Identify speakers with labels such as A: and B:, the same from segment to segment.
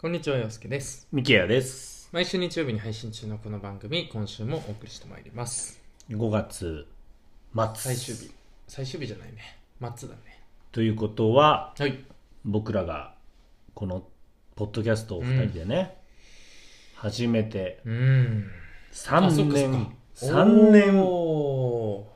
A: こんにちは、洋介です。
B: ミキヤです。
A: 毎週日曜日に配信中のこの番組、今週もお送りしてまいります。
B: 5月末。
A: 最終日。最終日じゃないね。末だね。
B: ということは、
A: はい。
B: 僕らがこのポッドキャストを2人でね、初めて
A: うん。あそ
B: 3
A: っかそっか
B: 年、3年、
A: お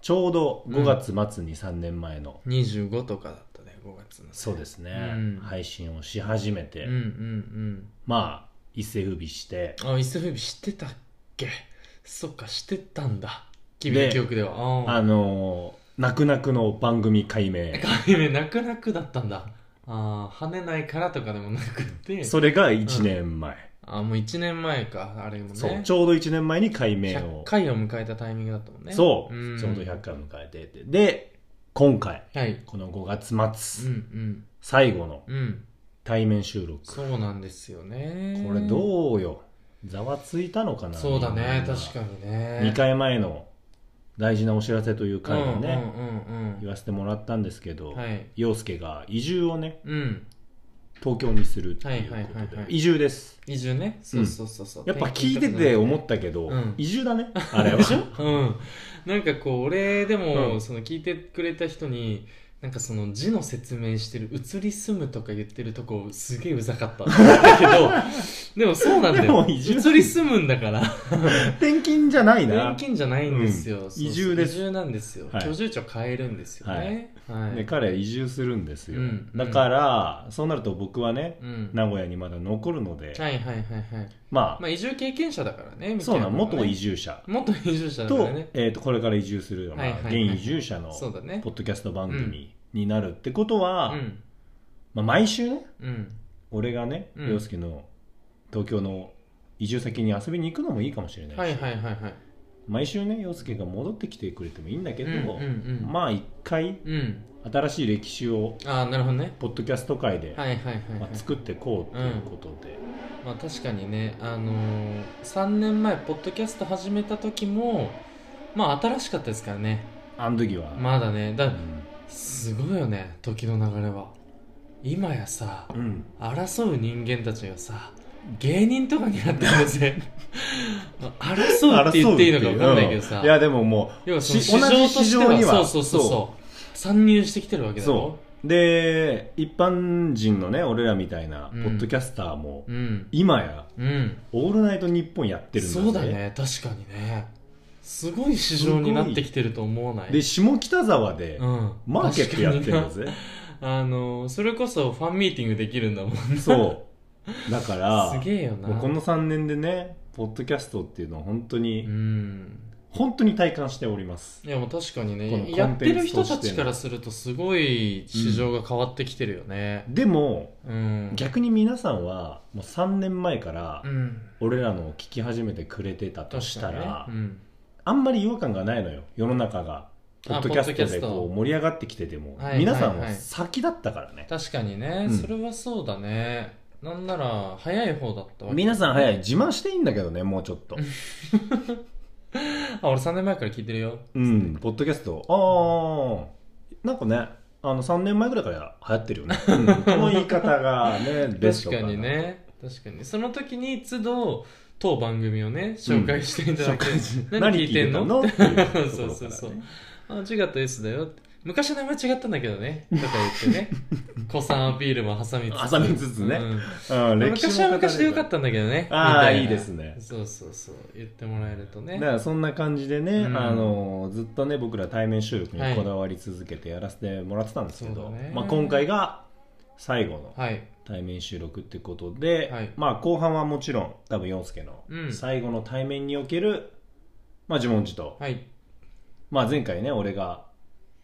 B: ちょうど5月末に3年前の、
A: ー25とかだったね、5月の。
B: そうですね、
A: うん
B: 配信をし始めて、
A: うんうん
B: まあ、一世不備して、
A: うん。あ、イスフェビ知ってたっけそっか、知ってたんだ。君の
B: で
A: 記憶では。あ
B: あのー、泣く泣くの番組解明。
A: あ。夢、泣く泣くだったんだ。ああ、跳ねないからとかでもなくて。
B: それが1年前。
A: あもう1年前か、あれもね。
B: そう、ちょうど1年前に解明
A: 100
B: を。
A: 回を迎えたタイミングだったもんね
B: そう、
A: ん
B: ちょうど100回を迎えててで今回
A: はい
B: この5月
A: う
B: 末、
A: ん
B: 最後の
A: うんうん
B: 対面収録こ
A: そうなんですよね
B: れどうよざわついたのかな
A: そうだね確かにね
B: 2回前の大事なお知らせという回でね、
A: うんうんうん
B: 言わせてもらったんですけ
A: う
B: ど、
A: んはい
B: 陽介が移住をね
A: うん
B: 東京にするっていうことで、
A: はいはいはいはい
B: 移住です
A: 移住ねそうそうそうそう
B: やっぱ聞いてて思ったけど、
A: うん
B: 移住 だねあれは
A: うんなんかこう俺でも、
B: うん
A: その聞いてくれた人になんかその字の説明してる移り住むとか言ってるとこすげえうざかったんだけ どでもそうなんだ
B: で
A: よ
B: も移住
A: 移り住むんだから
B: 転勤じゃないな
A: 年金じゃないんですよ、そうそう
B: 移住で
A: 移
B: す
A: 住なんですよ、
B: はい
A: 居住地を変えるんですよねはい、
B: で彼移住するんですよ、
A: うん
B: だからそうなると僕はね
A: うん、は
B: 名古屋にまだ残るので、
A: いはいはいはい
B: まあ、
A: まあ移住経験者だからね
B: そうなん元移
A: 住
B: 住者
A: 元移住者だか
B: と,、
A: らね
B: えー、とこれから移住する、まあ
A: はいはいはいはい
B: 現移住者 の
A: そうだね
B: ポッドキャスト番組になるってことは、
A: うん
B: まあ、毎週ね
A: うん
B: 俺がね
A: うん
B: 洋、介の東京の移住先に遊びに行くのもいいかもしれないし、
A: はいはいはいはい
B: 毎週ね洋介が戻ってきてくれてもいいんだけど、
A: うんうんうん
B: まあ一回
A: うん
B: 新しい歴史を
A: ああなるほどね
B: ポッドキャスト界で、
A: はいはいはい、はい
B: まあ、作ってこうということで、
A: まあ確かにねあのー、3年前ポッドキャスト始めた時もまあ新しかったですからね
B: あの時は、
A: まだねだ
B: うん
A: すごいよね時の流れは今やさ
B: うん、
A: 争う人間たちがさ芸人とかになってるんですね 争うって言っていいのか分かんないけどさ
B: うんいやでもも
A: 要はその
B: し
A: 市場として
B: 同じ市場に
A: は
B: は
A: そうそうそうそう参入してきてるわけだろ
B: うで一般人のね俺らみたいなポ
A: うん
B: ッドキャスターも、
A: うん
B: 今や
A: うん
B: 「オールナイトニッポン」やってるんだぜ
A: そうだね確かにねすごい市場になってきてると思わない
B: で下北沢で
A: うん、
B: マーケットやってるんだぜ、
A: 確かになあのそれこそファンミーティングできるんだもんね
B: そうだから
A: すげえよな
B: もうこの3年でねポッドキャストっていうのは本当に、
A: うん
B: 本当に体感しております
A: いやもう確かに
B: このコンテ
A: ね
B: ンツ
A: やってる人
B: として
A: た
B: の
A: ちからするとすごい市場が変わってきてるよね
B: でも
A: うん、
B: 逆に皆さんはもう3年前から
A: うん、
B: 俺らのを聞き始めてくれてたとした
A: 確
B: ら、
A: かにねうん
B: あんまり違和感がないのよ世の中がポ
A: あ
B: ッドキャストで
A: ポッドキャ
B: こ
A: ス
B: う盛り上がってきてても、
A: はい
B: 皆さん
A: はい
B: は
A: はい
B: 先だったからね、
A: 確かにね、
B: うん
A: それはそうだねなんなら早い方だったわ
B: 皆さん早い
A: あ
B: 自慢していいんだけどねもうちょっと
A: 俺3年前から聞いてるよ
B: うんポッドキャストああなんかねあの3年前ぐらいから流行ってるよね、うんこの言い方が ねベス
A: 確
B: ト
A: かにね確かにその時に都度当番組をね紹介していただく、
B: 何
A: 何聞
B: 聞い
A: いて
B: て
A: ん
B: ん
A: の
B: のっていうところから、ね、
A: そうそうそう あ違った S だよって昔の名前違ったんだけどねとか言 ってね子さんアピールも挟みつつ
B: 挟みつつね
A: うん
B: うん、歴史
A: 昔は
B: も語れば
A: 昔でよかったんだけどね
B: ああいい
A: みたな
B: ですね
A: そうそうそう言ってもらえるとね
B: だからそんな感じでね、
A: うん
B: あのずっとね僕ら対面収録にこだわり続けてやらせてもらってたんですけど、
A: そうだね
B: まあ、今回が最後の
A: はい
B: 対面収録ってことで、
A: はい
B: まあ、後半はもちろん多分洋介の
A: うん
B: 最後の対面における、まあ、自問自答、
A: はい
B: まあ、前回ね俺が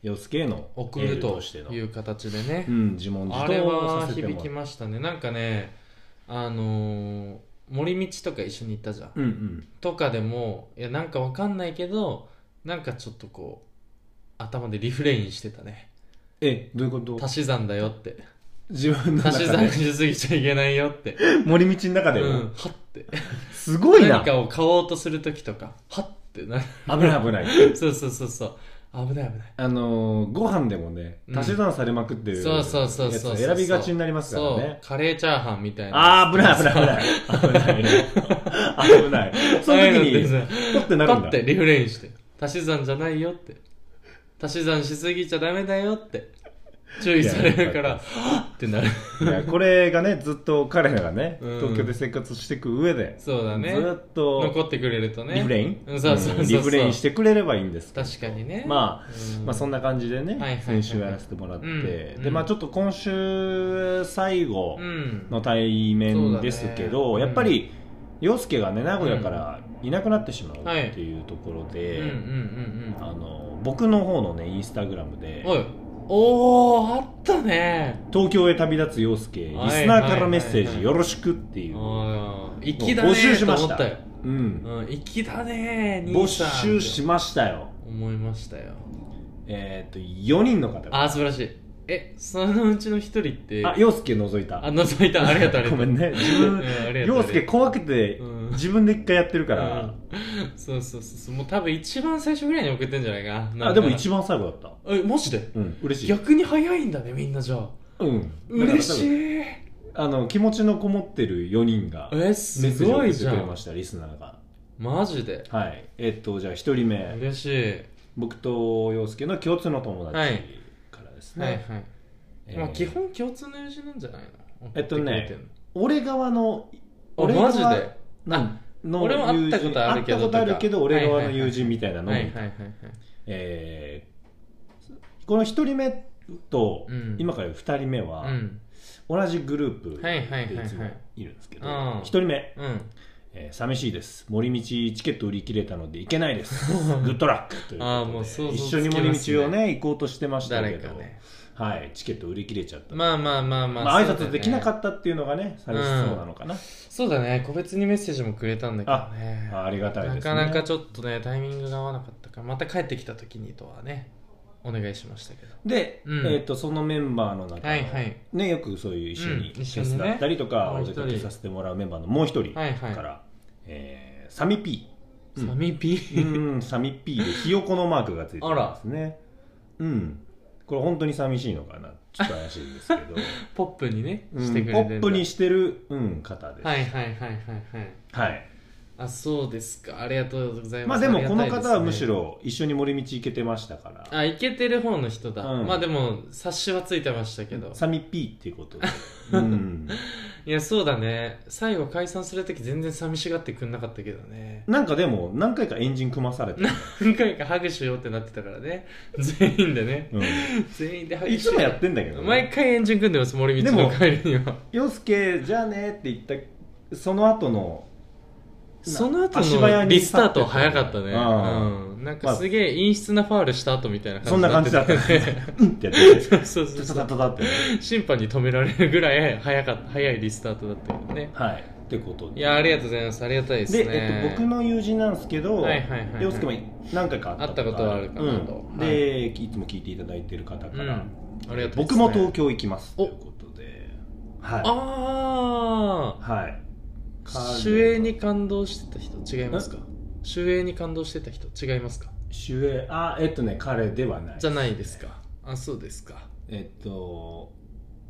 B: 洋介への
A: 送
B: エー
A: る
B: ル
A: と
B: としての、
A: いう形でね
B: うん、自問自
A: あれ
B: 答を
A: は
B: させてもら
A: 響
B: っ
A: き
B: て。
A: ましたねなんかねあのー森道とか一緒に行ったじゃん
B: うんうん、
A: とかでもいやなんかわかんないけどなんかちょっとこう頭でリフレインしてたね
B: えどういうこと
A: 足し算だよって
B: 自分の中
A: 足し算
B: で
A: しすぎちゃいけないよって
B: 森道の中
A: う
B: でも、
A: んはって
B: すごいな
A: 何かを買おうとする時とかはってな
B: 危ない危ない
A: そうそうそうそう危ない危ない
B: あのーご飯でもね
A: うん
B: 足し算されまくってる
A: そうそうそうそう
B: やつ選びがちになりますか
A: そ
B: ら
A: う、
B: ね
A: カレーチャーハンみたいな
B: ああ危ない危 ない危ない危ないね 危ないその時に
A: に
B: ポッてなるん
A: パ
B: だ
A: ッてリフレインして足し算じゃないよって足し算しすぎちゃダメだよって注意されるから
B: いや
A: はっってなる
B: いやこれがねずっと彼らがね
A: うん
B: 東京で生活していく上で、
A: そうだね
B: ずっと
A: 残ってくれるとね
B: リフレイン、
A: うんそうそうそうそう
B: リフレインしてくれればいいんですけど
A: 確かにね
B: ま
A: あ
B: まあ、そんな感じで
A: いは
B: ね、
A: いはいはい
B: 先週やらせてもらって、
A: うん
B: でまあちょっと今週最後
A: うん
B: の対面ですけど、
A: そうだね
B: やっぱり陽介がね名古屋からいなくなってしまう
A: はい
B: っていうところ
A: うん
B: で、
A: うん
B: あの僕の方のねインスタグラムで
A: うんうんおいおーあったね
B: 「東京へ旅立つ陽介リ
A: はい
B: スナーからメッセ
A: はいはい
B: ー
A: は
B: ジ
A: い
B: よろしく」っていう、
A: あー粋だね
B: 募集し
A: ー
B: ま
A: と
B: し
A: 思
B: た
A: ったよ
B: うん、
A: うん粋だねー
B: 募
A: 兄さんって
B: 集しましたよ
A: 思いましたよ
B: えっ、と4人の方が
A: あー素晴らしいえそのうちの一人って
B: あ陽介覗い
A: あ
B: た
A: 覗いたありがとうありがとう
B: ごめんね自
A: うん
B: 分
A: ありがとう
B: 陽介怖くて
A: うん
B: 自分で一回やってるから、
A: うんそうそうそうそうもう多分一番最初ぐらいに送ってんじゃないかななんか
B: あでも一番最後だった
A: えマジで
B: うん嬉しい
A: 逆に早いんだねみんなじゃあ
B: うん
A: 嬉し
B: い
A: い
B: あの気持ちのこもってる4人がメッ
A: え
B: セー
A: す
B: ジを
A: ご
B: 送
A: い
B: って
A: じ
B: く
A: ゃ
B: れま
A: ん
B: したリスナーが
A: マジで
B: はいえっとじゃあ1人目
A: 嬉しい
B: 僕と陽介の共通の友達
A: はい
B: からですね、
A: はいはい、
B: えー
A: まあ基本共通の友人なんじゃないの
B: えっと
A: 送
B: ね
A: てくれてんの
B: 俺側の
A: あ
B: 俺
A: マジで
B: 側
A: は
B: なんの
A: 俺も会ったことあるけど
B: 会ったことあるけど
A: とか
B: 俺側の友人みたいないの、
A: はいはいはい
B: えーこの1人目と
A: うん
B: 今から2人目は
A: うん
B: 同じグループ
A: はいはいはいは
B: で
A: い
B: いつもいるんですけど、
A: うん
B: 1人目
A: うん
B: えー寂しいです森道チケット売り切れたので行けないです グッドラックということで
A: あーもう想像つきます
B: 一緒
A: ね
B: に森道をね行こうとしてましたけ
A: 誰
B: ど
A: か、ね
B: はい、チケット売り切れちゃった、ま
A: まあまあまあ
B: あ
A: まあ、
B: 挨拶できな
A: っ
B: か
A: た
B: ったっていうのがね寂しそうなのかな、
A: そうだね個別にメッセージもくれたんだけどね
B: あーありがたいです
A: な
B: ね
A: かなかちょっとねタイミングが合わなかったからまた帰ってきた時にとはねお願いしましたけど
B: で、
A: うん
B: えー、とそのメンバーの中の、
A: はいはい
B: ね、よくそういう一緒に
A: うん
B: フ
A: 一緒
B: ェ
A: にね
B: スだったりとか、
A: もう
B: お
A: 一人
B: 出かけさせてもらうメンバーのもう一人から、
A: はいはい
B: えーサミ P うん
A: サミピ
B: う
A: ー
B: んサミ P でひよこのマークがついてますねうんこれ本当に寂しいのかなちょっと怪しいんですけど
A: ポップにね
B: うん
A: してくれて
B: ポ
A: んだ
B: ップにしてる、うん、方です。
A: はいはいはいはいはい
B: はい
A: あそうですかありがとうござい
B: ま
A: ま
B: あ
A: す
B: でも
A: りが
B: こ
A: た
B: の
A: いですね
B: 方はむしろ一緒に森道行けてましたから、
A: あいけてる方の人だ、
B: うん
A: まあでも察しはついてましたけど
B: サミ P っていうことで。うん、
A: いやそうだね最後解散する時全然寂しがってくんなかったけどね
B: なんかでも何回かエンジン組 まされてる、
A: 何回かハグしようってなってたからね全員でね
B: う
A: 全員でハ
B: ん、
A: グ
B: い
A: しよ
B: つ
A: う
B: もやってんだけど、
A: 毎
B: ね。
A: 回エンジン組んでます森道の帰りには
B: 洋介じゃあねって言ったその後の
A: その後
B: 足早
A: の
B: に
A: リスタート早かったね、
B: うん
A: うん、なんかすげえ陰湿なファールした後みたいな
B: そんな感
A: 感
B: じ
A: じ
B: だったね
A: ね。
B: うんってやって て
A: そうそう
B: タ
A: そ
B: タ
A: う
B: タタタってね。
A: 審判に止められるぐらい早かった早いリスタートだったけどね
B: はい。ってことで。
A: いやありがとうございますありがたいですね
B: で、えっと、僕の友人なんですけど、
A: はいはいはいはい
B: 洋介も何回か会った
A: 会ったことはあるかなと
B: うん
A: はい
B: でいつも聞いていただいてる方か
A: う
B: ら、
A: んありがとう
B: 僕も東
A: 京
B: 京行きますと
A: お
B: いうことでは
A: あ
B: いはい
A: あ主演に感動してた人違いますか主演に感動してた人違いますか
B: 主演あえっとね彼ではない
A: じゃないですかあそうですか
B: えっと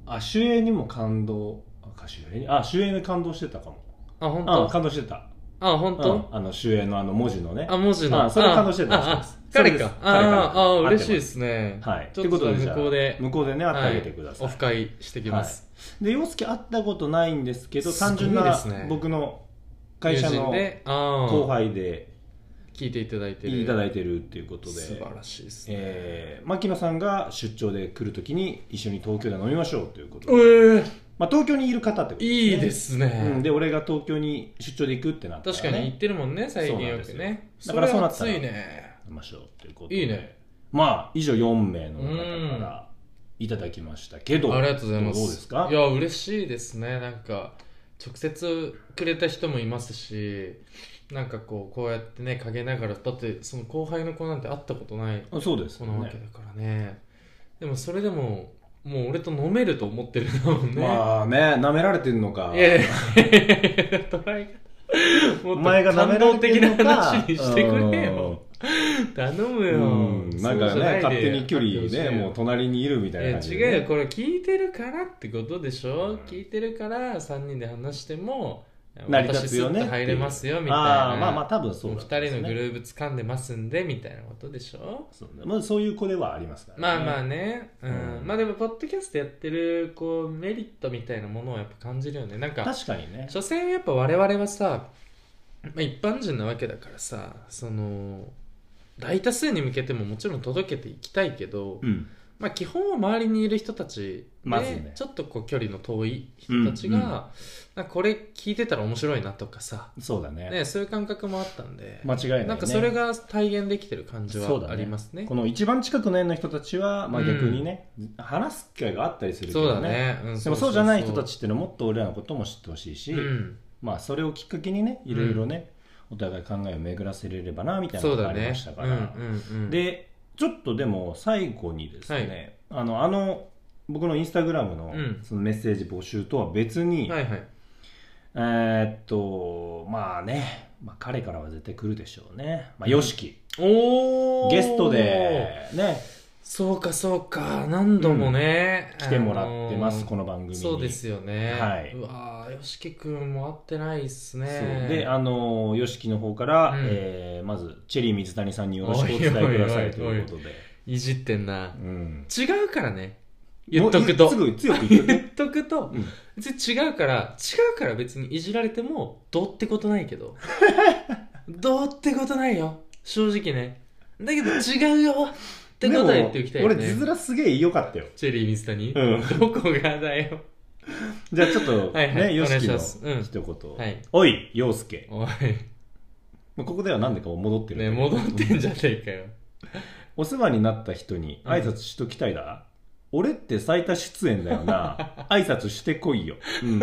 B: あ主演にも感動あか主演にあ主演に感動してたかも
A: あ本
B: あ
A: 当
B: 感動してた
A: あ本
B: う
A: 当
B: んあの主演のあの文字のね
A: あ文字の
B: あそれ感動してた
A: あああ
B: そうです
A: 彼か
B: 彼
A: あ
B: 彼
A: ああ
B: 合ってます
A: 嬉しいですね
B: はい
A: ちょっと
B: ってことでじゃあ
A: 向こうで
B: 向こうでね会ってあげてください、
A: オフ会してきます
B: で洋介会ったことないんですけど
A: すごい
B: 単純な
A: ですね
B: 僕の会社
A: 友人
B: の
A: であ
B: 後
A: あ
B: 輩で
A: 聞いていただいてる
B: いただいてるっていうことで
A: 素晴らしいですね
B: えー牧野さんが出張で来るときに一緒に東京で飲みましょうということ
A: え
B: で、
A: ー
B: まあ、東京にいる方ってこと
A: いいです
B: ね、うん、
A: ね
B: で俺が東京に出張で行くってなったら、ね、
A: 確かに言ってるもんね最
B: そう
A: 近
B: なん
A: よ
B: です
A: く
B: よ
A: ね
B: だからそうなった
A: そ
B: ら
A: れは熱いね
B: 飲みましょうということで
A: いいね
B: まあ以上4名の方からいただきましたけど、
A: ありがとうございます
B: どうですか
A: いや嬉しいですねなんか直接くれた人もいますしなんかこうこうやってね陰ながらだってその後輩の子なんて会ったことない
B: あそうです
A: 子
B: よ
A: なわ
B: ね
A: けだからねでもそれでももう俺と飲めると思ってるんだもんね、
B: まあね舐められてるのか
A: いやいやいや捉え方もっと
B: お前が舐
A: 感
B: めら
A: 動
B: れて
A: 的な
B: るのか
A: 話にしてくれよ頼むよ、
B: うん、なん
A: そ
B: か
A: うじゃ
B: ね
A: いで
B: 勝手に距離
A: あってほし
B: ね
A: いよ
B: もう隣にいるみたいな
A: え
B: 感じでね、
A: 違うよこれ聞いてるからってことでしょ、
B: うん
A: 聞いてるから3人で話しても
B: 成り立つよね
A: 私スッと入れますよみたい
B: あ
A: な
B: あまあまあ多分そう
A: もう
B: だ
A: 2人
B: と思いますね
A: のグループ掴んでますんでみたいなことでしょ
B: そうねまあ、そういう子ではありますから、
A: まあまあね、うん
B: うん
A: まあでもポッドキャストやってるこうメリットみたいなものをやっぱ感じるよねなんか
B: 確かにね
A: 所詮やっぱ我々はさ、まあ、一般人なわけだからさその大多数に向けてももちろん届けていきたいけど、
B: うん
A: まあ、基本は周りにいる人たちで、
B: まずね
A: ちょっとこう距離の遠い人たちが、
B: うんうん
A: なんかこれ聞いてたら面白いなとかさ、
B: そうだね
A: ね、そういう感覚もあったんで、
B: 間違いない、ね、
A: なんかそれが体現できてる感じ
B: そう
A: は
B: だね
A: ありますね
B: こ。の一番近くの縁の人たちは、まあ、逆にね、話す機会があったりするけ
A: そう
B: ど
A: だ
B: ね
A: ね。ん
B: でもそうじゃない人たちっていうのはもっと俺らのことも知ってほしいし、
A: うん、
B: まあ、それをきっかけにねいろいろね、お互い考えを巡らせれればなみたいな
A: そ
B: こ
A: う
B: と
A: だ
B: があり
A: ね
B: ました。か
A: う
B: ら、
A: んうんうん、
B: でちょっとでも最後にですね、あのあの僕のインスタグラムの
A: うん
B: そのメッセージ募集とは別に、
A: はいはい。
B: えーっとまあね、まあ、彼からは絶対来るでしょうね、まあ、よしき
A: おー
B: ゲストでね
A: そうかそうか何度もね、
B: 来てもらってます、
A: あのー
B: この番組に
A: そうですよね
B: はいう
A: わーよしきくんも会ってないっす
B: そ
A: ね
B: うであの YOSHIKI の方から、
A: うん
B: えーまずチェリー水谷さんによろしくお伝えくださいということで
A: いじってんな
B: うん
A: 違うからね言っとくと
B: もういすぐ強く言っとく
A: 言っとくと
B: うん
A: 別に違うから違うから別にいじられてもどうってことないけ どどうってことないよ正直ねだけど違うよってことは言っておきたいよ
B: でも俺字
A: ね
B: 面すげえ良かったよ、
A: チェリー水谷、
B: うん、
A: どこがだよ
B: じゃあちょっと
A: はいはい
B: ね YOSHIKI、
A: お願いしますうん
B: の一言、
A: はい
B: おい陽介
A: おい
B: まあここでは何でか戻ってるんだ
A: ね
B: けど
A: 戻ってんじゃねえかよ
B: お世話になった人に挨拶しときたいだ、俺って最多出演だ よな挨拶してこいよ、うん、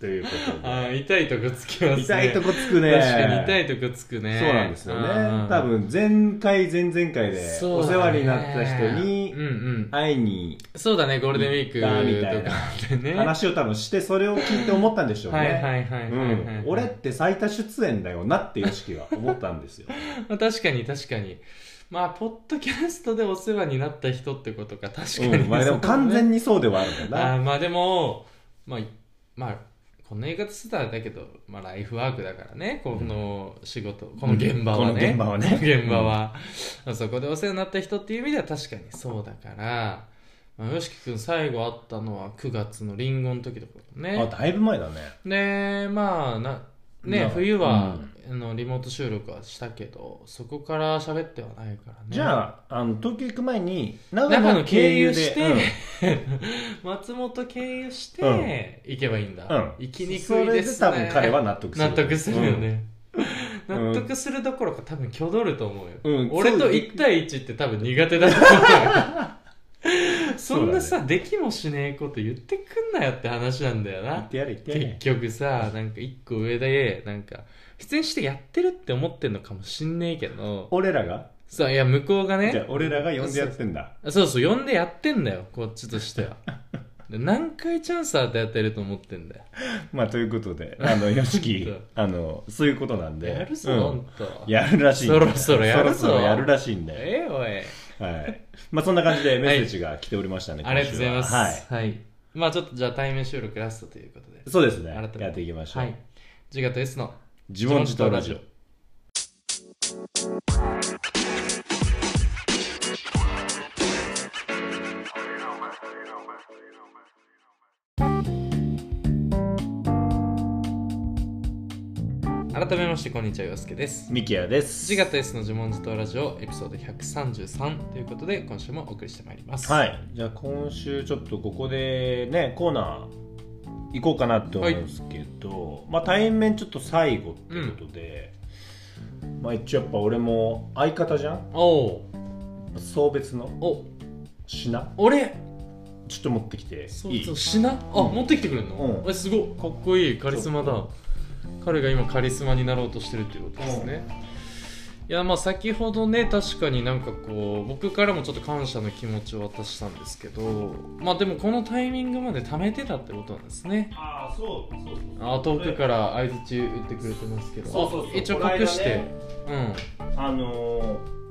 B: ということで
A: あー痛いとこつきますね
B: 痛いとこつくね
A: 確かに痛いとこつくね
B: そうなんですよ
A: あ
B: ね
A: ー
B: 多分前回前々回で
A: そう
B: お
A: だね
B: 世話になった人
A: う
B: に
A: んうん
B: 会いに
A: そうだねゴールデンウィ
B: 行ったみた
A: ーク
B: い
A: と
B: な
A: かでね
B: 話を多分してそれを聞いて思ったんでしょうね
A: はいはいはいはいはいはい、
B: うん俺って最多出演だよなっていう意識は思ったんですよ
A: まあ、確かに確かにまあポッドキャストでお世話になった人ってことか確かに、
B: うんまあでも完全
A: に
B: にそうではあるんだ
A: あ
B: な
A: ーまあでもまあまあこんな言い方してたらあれだけど、まあ、ライフワークだからねこの仕事、この現場はね、
B: うんこの現場は ね
A: 現場はそこでお世話になった人っていう意味では確かにそうだから、まあ、よしきくん最後会ったのは9月のリンゴの時だからね
B: あだいぶ前だね
A: でまあな
B: な
A: ね冬は、あのリモート収録はしたけどそこから喋ってはないからね
B: じゃああの東京行く前に長
A: 長
B: 野
A: 野経
B: 経由
A: 由
B: で
A: して、
B: うん
A: 松本経由して、行けばいいんだ、
B: うん
A: 行きにくいですね
B: それで多分彼は納得する
A: 納得するよね、
B: うん
A: 納得するどころか多分挙動ると思うよ、
B: うん
A: 俺
B: そ
A: と
B: う
A: 1対1って多分苦手だと思う よそんなさ、できもしねえこと言ってくんなよって話なんだよ
B: 言
A: な
B: ってやれ言ってや
A: 結
B: れ
A: 局さなんか一個上でなんか出演してやってるって思ってんのかもしんねえけど
B: 俺らが
A: さいや向こうが
B: じゃ
A: ね
B: あ俺らが呼んでやってんだ
A: あそうそう呼んでやってんだよこっちとしてはで何回チャンス与えてると思ってんだよ
B: まあということであの YOSHIKI
A: そう
B: あのそういうことなんで
A: やるぞ、
B: うん
A: ほんと
B: やるらしいんだ
A: そろそろやるぞ
B: そろそろやるらしいんで
A: ええおい
B: はい。まあそんな感じでメッセージが来ておりましたね。
A: ありがとう
B: 今
A: ご
B: 週
A: ざい
B: は
A: ます
B: はい。
A: まあちょっとじゃあ対面収録ラストということで
B: そうですね
A: 改め。て
B: やっていきましょ
A: は
B: う
A: い。ジガと S の
B: 自問自答ラジオ。
A: 改めましてこんにちは洋介です
B: ミキヤです。
A: ジガと S の呪文自答ラジオエピソード133ということで今週もお送りしてまいります
B: はい。じゃあ今週ちょっとここでね、コーナー行こうかなって思うんですけど、まあ対面ちょっと最後ってことで、まあ一応やっぱ俺も相方じゃん
A: おう
B: 送別の
A: お
B: 品
A: 俺
B: ちょっと持ってきて
A: そ
B: いうい
A: そう品あ
B: うん
A: 持ってきてくれるの
B: うん
A: えすごいかっこいいカリスマだ彼が今カリスマになろうとしてるっていうことですねいいやまあ先ほどね確かになんかこう僕からもちょっと感謝の気持ちを渡したんですけどまあでもこのタイミングまで貯めてたってことなんですね
B: ああそうそうそう
A: あ遠くから相槌打ってくれてますけど
B: そうそうそう
A: あ一応隠して、
B: あの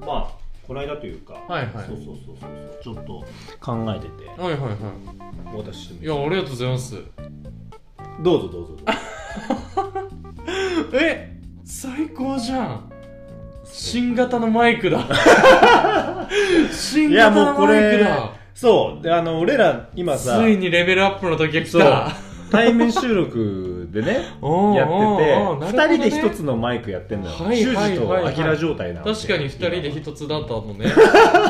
B: ーまあこの間というか
A: はいはい
B: そうそうそうそうちょっと考えてて
A: うんはいはいは
B: お渡しして
A: いい
B: み
A: や
B: ま
A: ありがとうございます
B: すどうぞどうぞどうぞ
A: え最高じゃん新型のマイク だ新
B: いや
A: 型
B: もう
A: の
B: こ
A: マイク
B: れ
A: だ
B: そうであの俺ら今さ
A: ついにレベルアップの時が来た
B: 対面収録でね
A: おー
B: や
A: おーお
B: っ
A: ー
B: てて
A: なる
B: 2
A: ほど
B: 人
A: ね
B: で一つのマイクやってんだよ
A: はい
B: 修
A: はい
B: 二
A: はい
B: と
A: は
B: ア
A: い
B: キラ状態なの
A: 確かに2人で一つだったもんね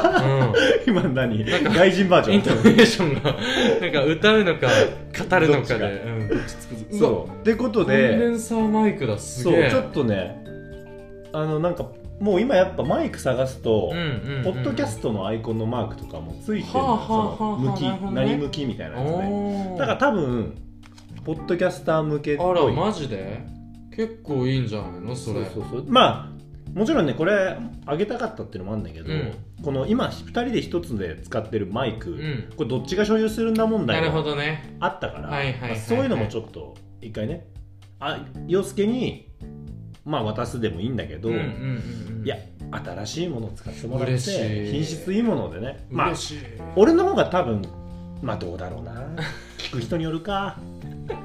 B: 今何外人バー
A: う
B: ジ
A: ん、
B: ョ
A: イ
B: ン
A: ントネーショ ンがなんか歌うのか語るのかで、うん、落ち着くぞうわ
B: そうってこと
A: コンデ
B: で
A: ンサーマイクだす
B: そ
A: げえ
B: うちょっとねあのなんかもう今やっぱマイク探すと
A: うんうんうん
B: ポッドキャストのアイコンのマークとかもついてる
A: はあはあはあ
B: その向き
A: なるほどね
B: 何向きみたいなやつね
A: おー
B: だから多分ポッドキャスター向けっ
A: あら
B: ぽい
A: マジで結構いいんじゃないのそれ
B: そうそうそうまあもちろんねこれあげたかったっていうのもあるんだけど、
A: うん
B: この今2人で1つで使ってるマイク、
A: うん
B: これどっちが所有するんだ問
A: な
B: 題
A: るほ
B: が
A: どね
B: あったから
A: はいはいはいはい
B: まあそういうのもちょっと一回ねあ洋介にまあ渡すでもいいんだけど、
A: うんうんうん
B: いや新しいものを使ってもらって
A: 嬉しい
B: 品質いいものでねまあ
A: 嬉しい、
B: 俺の方が多分まあどうだろうな聞く人によ るか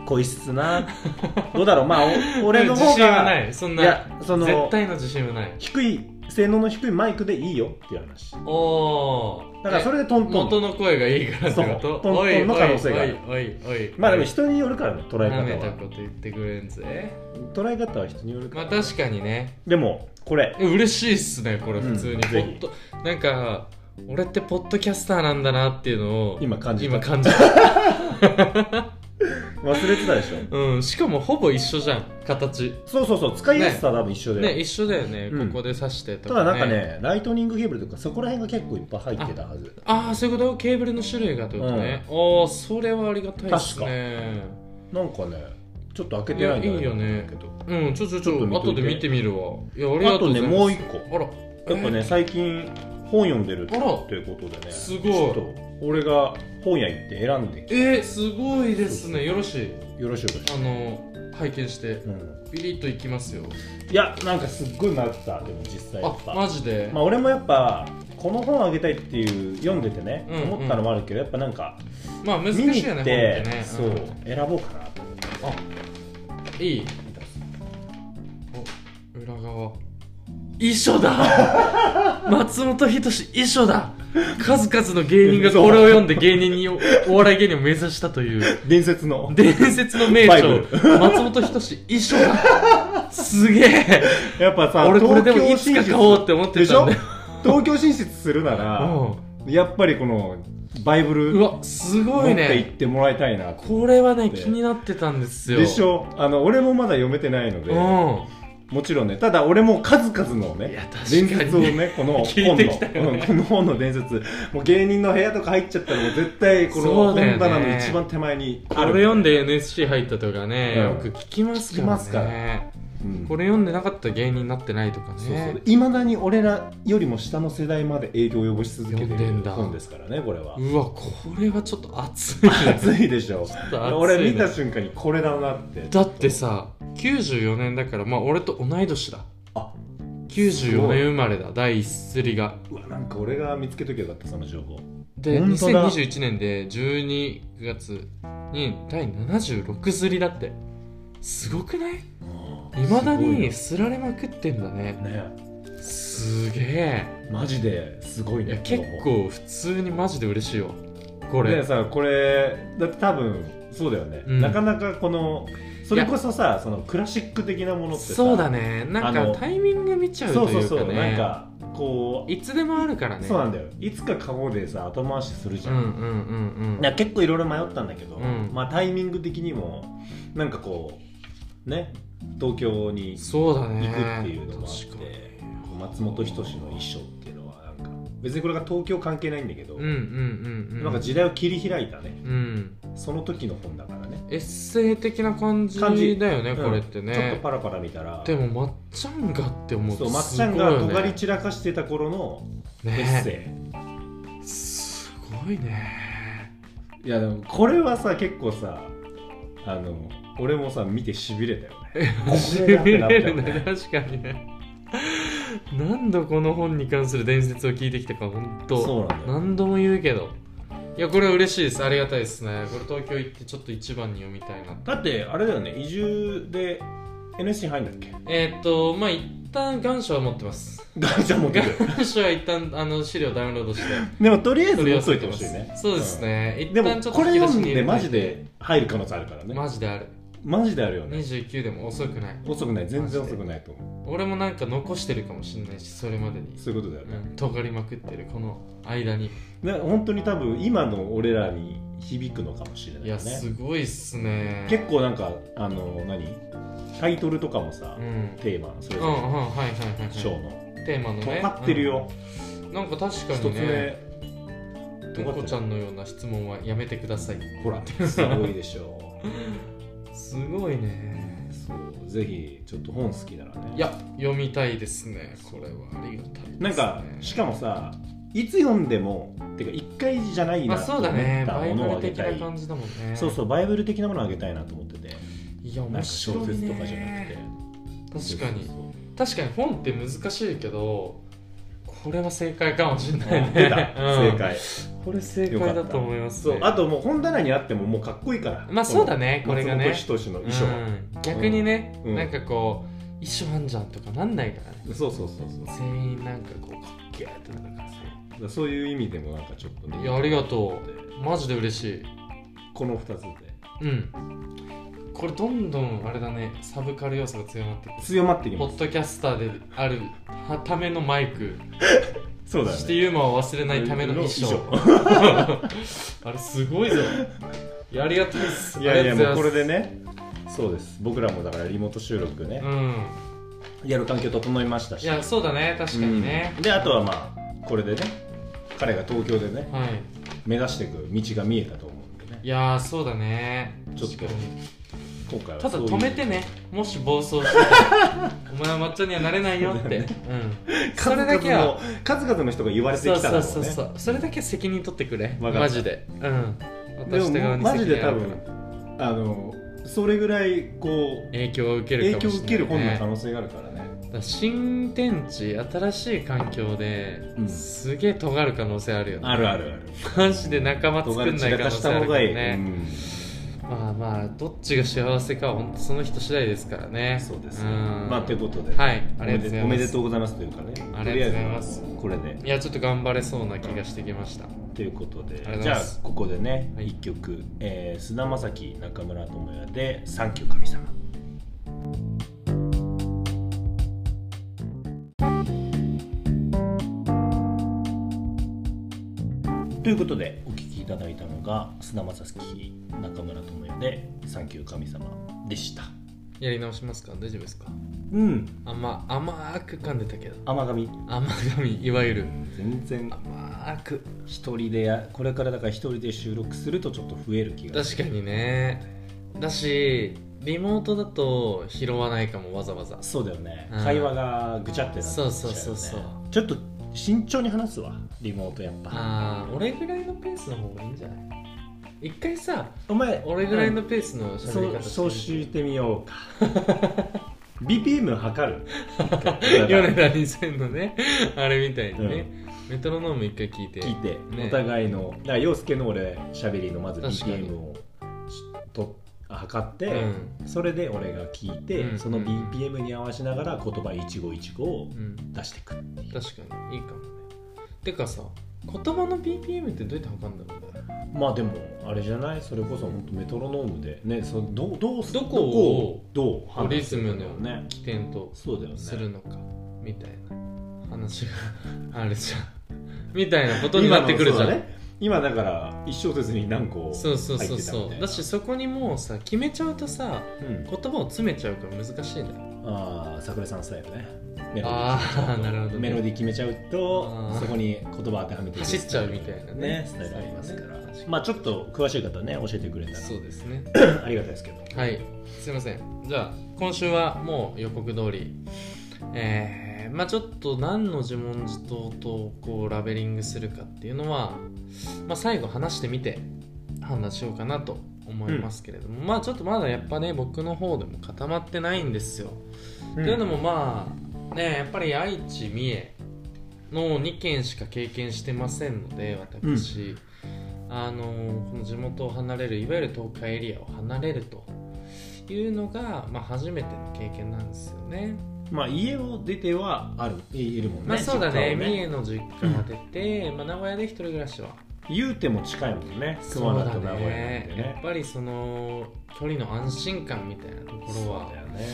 B: 恋しつなどうだろうまあお俺の
A: 自
B: 方
A: 信は
B: が
A: ないそん
B: い
A: な
B: やその
A: 絶対の自信はない
B: 低い性能の低いマイクでいいよっていう話だ
A: おお
B: からそれでトントン
A: 元の声がいいからってこと
B: そう
A: おい
B: トントンの可能性がある
A: おいおいおいおい
B: まあでも人によるからね捉え
A: 舐め
B: 方
A: た
B: は
A: こと言ってくれんぜ
B: 捉え方は人によるか
A: まあ
B: ら、
A: 確かにね
B: でもこれ
A: え嬉しいっすねこれ
B: うん
A: 普通に、
B: ぜひ
A: ポッドなんか俺ってポッドキャスターなんだなっていうのを
B: 今感じた
A: 今感じた、
B: 忘れてたでしょ
A: うん、しかもほぼ一緒じゃん形
B: そうそうそう使いやすさは多分一緒で、
A: ね一緒だよね、
B: うん
A: ここで刺してと
B: た
A: か、ね、
B: だなんかねライトニングケーブルとかそこら辺が結構いっぱい入ってたはず
A: ああそういうことケーブルの種類がってことね、ああそれはありがたいですね
B: なんかねちょっと開けてないんだ
A: いやいいよね
B: けど
A: うんちょちょちょ
B: ちょっと見と
A: 後
B: いて
A: で見てみるわいやあり
B: あ
A: がと
B: と
A: うござ
B: ね
A: います
B: もう一個や
A: あら
B: っぱね最近本読んでるって
A: あら
B: ことでね
A: すごい
B: ちょっと俺が本屋行って選んで
A: えーすごいですねよろしい
B: よろしいかし
A: あの拝見して
B: ら、うん
A: ピリッといきますよ
B: いやなんかすっごい迷ったでも実際や
A: あ
B: っぱ
A: マジで、
B: まあ、俺もやっぱこの本あげたいっていう読んでてね、
A: うんうん
B: 思ったのもあるけどやっぱなんか
A: まあ難し
B: 見に
A: いよ
B: 行
A: ね
B: って
A: 本って
B: そう、
A: ね
B: 選ぼうかなと思って
A: そうあいいお裏側遺書だ 松本人志遺書だ数々の芸人がこれを読んで芸人におお笑い芸人を目指したという
B: 伝説の
A: 伝説の名
B: バイ
A: 著
B: ブ
A: 松本人志遺書だすげえ
B: やっぱさ
A: 俺これでもい
B: 東
A: つ
B: 京
A: か
B: 進出
A: 買おうって思って
B: でした
A: ん
B: ょ
A: だよ
B: 東京進出するなら、やっぱりこのバイブ
A: うんう
B: ル
A: わす
B: 持っ
A: ごい
B: て行
A: ね
B: ってもらいたいなと
A: これはね
B: で
A: 気になってたんですよ
B: でしょあの俺もまだ読めてないので、
A: う
B: もちろんねただ俺も数々の
A: いや
B: ね
A: 確かに
B: 伝説をねこの
A: 聞い
B: 本
A: てきたよ
B: の、
A: ね
B: うんこの本の伝説もう芸人の部屋とか入っちゃったらもう絶対この
A: そうだよね
B: 本棚の一番手前に
A: ん、こ
B: あ
A: れ
B: る
A: 読んで NSC 入ったとかね、
B: うん
A: よく聞きますからね
B: 聞きますからうん
A: これ読んでなかったら芸人になってないとかね
B: そうそういまだに俺らよりも下の世代まで影響を及ぼし続けて
A: 読んでん
B: る
A: だ
B: 本ですからねこれは
A: うわこれはちょっと熱いね
B: 熱いでしょ
A: ちょっと熱いね
B: 俺見た瞬間にこれだなって
A: だってさ94年だからまあ俺と同い年だ
B: あ
A: 94年生まれだ第一釣りが
B: うわなんか俺が見つけときゃよかったその情報
A: で
B: 本当だ
A: 2021年で12月に第76釣りだってすごくないいまだに
B: す
A: すられまくってんだね
B: ごいね
A: すげえ
B: マジですごい
A: い
B: ね
A: や
B: この
A: 結
B: 本
A: 構普通にマジで嬉しいわこ
B: ね
A: れ、
B: さこれだって多分そうだよね、
A: うん
B: なかなかこのそれこそさそのクラシック的なものってさ
A: そうだねなん
B: あ
A: か
B: の
A: タイミング見ちゃう
B: そ
A: という
B: うそ
A: うか
B: そう、
A: ね
B: なんかこう、
A: いつでもあるからね
B: そうなんだよいつかカゴでさ後回しするじゃ
A: うん
B: ん、
A: うんうんうん
B: なんか結構いろいろ迷ったんだけど、
A: うん
B: まあタイミング的にもなんかこうね東京に
A: そうだ
B: 行
A: ね
B: くっていうのもあって
A: 確かに
B: 松本人志の衣装っていうのはなんか別にこれが東京関係ないんだけど、
A: うんうんうんうん
B: なんか時代を切り開いたね
A: うん
B: その時の本だからね
A: エッセイ的な感じだ
B: 感じ
A: よね、
B: うん
A: これって
B: ちょっと
A: ね
B: パラパラ見たら
A: でもまっちゃんがって思う
B: そ
A: と
B: うまっ
A: す
B: ち
A: ご
B: ゃ
A: い
B: んが
A: よ
B: 尖り
A: ね
B: 散らかしてた頃のエ
A: ね
B: ッセ
A: すごいね
B: イ、いやでもこれはさ結構さあの俺もさ見てしびれたよね
A: しびれるね 確かにね何度この本に関する伝説を聞いてきたか本当
B: そうなんだよ
A: 何度も言うけどいやこれは嬉しいですありがたいですねこれ東京行ってちょっと一番に読みたいな
B: だってあれだよね移住で NSC 入んだっけ
A: えーっ、とまあ一旦願書は持ってます
B: ガチャ持ってる
A: 願書は一旦あの資料ダウンロードして
B: でもとりあえず
A: 取り
B: 持
A: 寄
B: っと
A: せて
B: いてほ
A: ま
B: しい
A: す
B: ね
A: そうですね、
B: うん
A: 一
B: でも
A: 旦ちょっと
B: これ
A: 引き出し
B: 読
A: に入
B: んで
A: れた
B: マ
A: い
B: ジで入る可能性あるからね
A: マジである
B: マジであるよね
A: 29でも遅くない
B: 遅くない全然遅くないと思
A: 俺もなんか残してるかもしれないしそれまでに
B: うそういうことだよね、
A: うん尖りまくってるこの間に
B: ね本当に多分今の俺らに響くのかもしれない
A: いや
B: よね
A: すごいっすね
B: 結構なんかあの何タイトルとかもさ、
A: うんうん
B: テーマそれ
A: うん
B: ぞれ
A: はいはいはいはい
B: 章の
A: テーマのね
B: 尖ってるよ、
A: うんなんか確か
B: 一
A: に
B: つ
A: ね
B: 目
A: とこちゃんのような質問はやめてください
B: ほらすごいでしょ
A: すごいね
B: そうぜひちょっと本好きならね
A: いや読みたいですねこれはありがたいです、ね、
B: なんかしかもさいつ読んでもてか一回じゃない
A: ま
B: な
A: あそ
B: と
A: う
B: 思
A: だね
B: った
A: バイ
B: も
A: ブ
B: のを
A: ル
B: あげ
A: 的
B: たい、
A: な感じだもんね
B: そうそうバイブル的なものをあげたいなと思ってて
A: いや
B: なん
A: 面
B: か小
A: 白い
B: 説とかじゃなくて
A: ね確かに
B: そうそう
A: 確かに本って難しいけどこれは正解かもしれ
B: そう
A: な
B: あ
A: いね
B: 出た
A: うん
B: 正解
A: これ正解だと思います、
B: そ
A: ね、
B: うあともう本棚にあってももうかっこいいから
A: まあそうだねこれがね
B: 松本人志の衣装、
A: うん逆にね、
B: うん
A: なんかこう衣装あんじゃんとかなんないからね
B: そうそうそうそうだか
A: 全員なんかこうかっけーってなるからさ
B: らそういう意味でもなんかちょっとね
A: いやありがとうマジで嬉しい
B: この2つで
A: うんこれどんどんあれだねサブカル要素が強まってく
B: 強まってき
A: るポ
B: ます
A: ッドキャスターであるはためのマイク
B: そうだ
A: そして
B: ね
A: ユーマを忘れないための衣装 あれすごいぞいやありがとうです
B: いやい
A: あ
B: や
A: り
B: も
A: が
B: う
A: と
B: こ
A: うご
B: れ
A: ざ
B: で
A: いま
B: ねそうです僕らもだからリモート収録ね、
A: うん
B: やる環境整いましたし
A: いやそうだね確かにね
B: う、んであとはまあこれでね彼が東京でね
A: はい
B: 目指していく道が見えたと思うんでね
A: いやーそうだね
B: ちょっと
A: 確かに
B: 今回は
A: ただ
B: そういう
A: 止めてねもし暴走し てたらお前は抹茶にはなれないよって うん、そ
B: 数
A: れ
B: 々
A: だ
B: の
A: けは
B: 数々の人が言われてき
A: そう
B: たから
A: そう
B: ね
A: そうそうそれだけ責任取ってくれ
B: わかった
A: マジでうん
B: で
A: 私
B: も
A: た側に
B: マジ
A: 責
B: で
A: 任あ
B: 多
A: るか
B: 分
A: ら
B: あのそれぐらいこう
A: 影響を受け
B: 影
A: るか
B: 響
A: もしれない、
B: を
A: ね、
B: 受ける本の可能性があるからね
A: だから新天地新しい環境で、
B: うん
A: すげえ尖る可能性あるよね
B: あるあるある
A: マジで仲間作ん
B: 尖り
A: な
B: 散
A: い
B: ら
A: 可
B: か
A: 能
B: し
A: 性
B: た
A: ある
B: 方
A: か
B: が
A: ら
B: いい、
A: ねまあまあどっちが幸せかは本当その人次第ですから
B: う
A: ね
B: んそうです
A: ん
B: まあということで、
A: はい
B: お
A: あり
B: め
A: がとうござ
B: で
A: います
B: おめでとうございますというかね
A: ありがとうございます
B: とりあえずこれで
A: いやちょっと頑張れそうな気がしてきました
B: ということで
A: ありがとうご
B: じ
A: ざい
B: ゃ
A: ま
B: あ
A: す
B: ここでね、
A: はい
B: 一1曲、えー菅田将暉中村倫也で「サンキュー神様」ということでお聴きいただいたのが菅田将暉中村倫也で「サンキュー神様」でした
A: やり直しますか大丈夫ですか
B: うん
A: あんま甘く噛んでたけど
B: 甘神
A: 甘髪いわゆる
B: 全然
A: 甘く
B: 一人でやこれからだから一人で収録するとちょっと増える気が
A: 確かにねだしリモートだと拾わないかもわざわざ
B: そうだよね、
A: うん
B: 会話がぐちゃってなっちゃう
A: そ
B: よ
A: う
B: ね
A: そうそうそう
B: ちょっと慎重に話すわリモートやっぱ
A: ああ俺ぐらいのペースの方がいいんじゃない一回さ
B: お前
A: 俺ぐらいの
B: うん
A: ペースの喋り
B: そう
A: 方
B: そう
A: してみて
B: してみよ うか BPM 測る一回
A: 米田2000のね あれみたいにね、メトロノーム一回聞いて
B: 聞いて、
A: ね
B: お互いのだから陽介の俺喋りのまず
A: 確かに
B: BPM をしと測って、
A: うん
B: それで俺が聞いて、
A: うん
B: その BPM に合わせながら言葉一語一語を
A: うん
B: 出していくっていう
A: 確かにいいかもねてかさ言葉の BPM ってどうやって測るんだろうね
B: まあでもあれじゃないそれこそ本当メトロノームでねそのどうどう
A: どこを
B: どう判断
A: リズム
B: す
A: の
B: るんだろうね
A: 起点と
B: そうだよね
A: するのかみたいな話 があるじゃんみたいなことになってくるじゃん
B: 今のそうだね今だから一小節に何個
A: そうそうそう
B: 入ってたみ
A: そ
B: たいうな
A: だしそこにもうさ決めちゃうとさ
B: うん
A: 言葉を詰めちゃうから難しいんだよ
B: あー桜井さんスタイルねメロディー
A: ああなるほど、
B: メロディー決めちゃう
A: あ
B: と
A: ー
B: そこに言葉当てはめていく
A: 走っちゃうみたいなね
B: ねスタイルありますから、
A: 確かに
B: まあちょっと詳しい方はね教えてくれたら
A: そうですね
B: ありがたいですけど
A: はいすいませんじゃあ今週はもう予告通りえー、まあちょっと何の自問自答とこうラベリングするかっていうのは、まあ、最後話してみて判断しようかなと思いますけれども、まあちょっとまだやっぱね僕の方でも固まってないんですよ
B: うん
A: というのもまあねやっぱり愛知三重の2県しか経験してませんので私、あのこの地元を離れるいわゆる東海エリアを離れるというのが、まあ、初めての経験なんですよね。
B: まあ家を出てはあるいいるもんね
A: まあそうだね
B: 実家を
A: 三重の実家が出て、まあ、名古屋で一人暮らしは
B: 言うても近いもんね
A: そ
B: 熊
A: う
B: 本
A: だ
B: と名古屋なん
A: ね
B: で
A: やっ
B: ね
A: ぱりその距離の安心感みたいなところは
B: だよね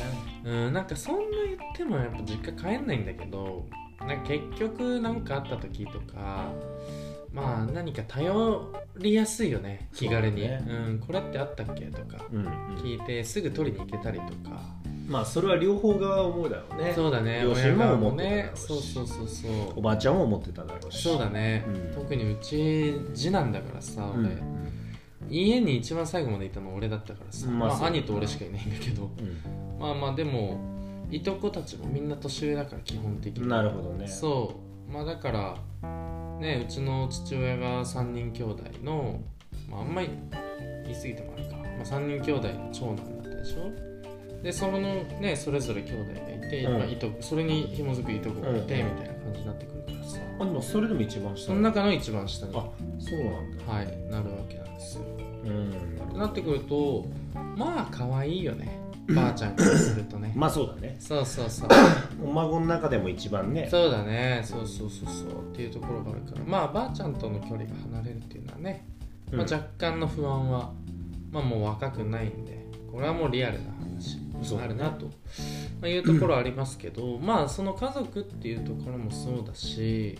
A: うんなんかそんな言ってもやっぱ実家帰んないんだけどなんか結局何かあった時とかまあ何か頼りやすいよね気軽にう、
B: そうだね
A: ん、これってあったっけとか
B: うん、
A: 聞いてすぐ取りに行けたりとか、
B: まあそれは両方が思うだろうね
A: そうだね
B: 両親
A: 親側
B: も思って
A: ね
B: ただろうし
A: そうそうそうそ
B: お
A: う
B: ばあちゃんも思ってただろうし
A: そうだね、
B: うん
A: 特にうち次男だからさ
B: う
A: 俺、
B: ん
A: 家に一番最後までいたの俺だったからさ、
B: ま
A: ま
B: あ
A: あ
B: そうだね
A: 兄と俺しかいないんだけどまあまあでもいとこたちもみんな年上だから基本的
B: う
A: に
B: んなるほどね
A: そうまあだからねうちの父親が3人兄弟のまああんまり言い過ぎてもあれか、まあ、3人兄弟の長男だったでしょでそのねそれぞれ兄弟がいて、
B: うん
A: まあ、いとこそれに紐づくいとこがいて、
B: うん
A: みたいな感じになってくるからさ
B: あでもそれでも一番下
A: その中の一番下に
B: あそうなんだ
A: はいなるわけなんですよ
B: うんなるほど
A: なってくるとまあ可愛いよ ねばあちゃんからするとね
B: まあそうだね
A: そうそうそう
B: お孫の中でも一番ね
A: そうだねそうそうそうそうっていうところがあるからまあばあちゃんとの距離が離れるっていうのはね、
B: うん
A: まあ、若干の不安はまあもう若くないんでこれはもうリアルな話
B: そう
A: にな
B: だね
A: るなと、まあ、いうところはありますけ ど、まあその家族っていうところもそうだし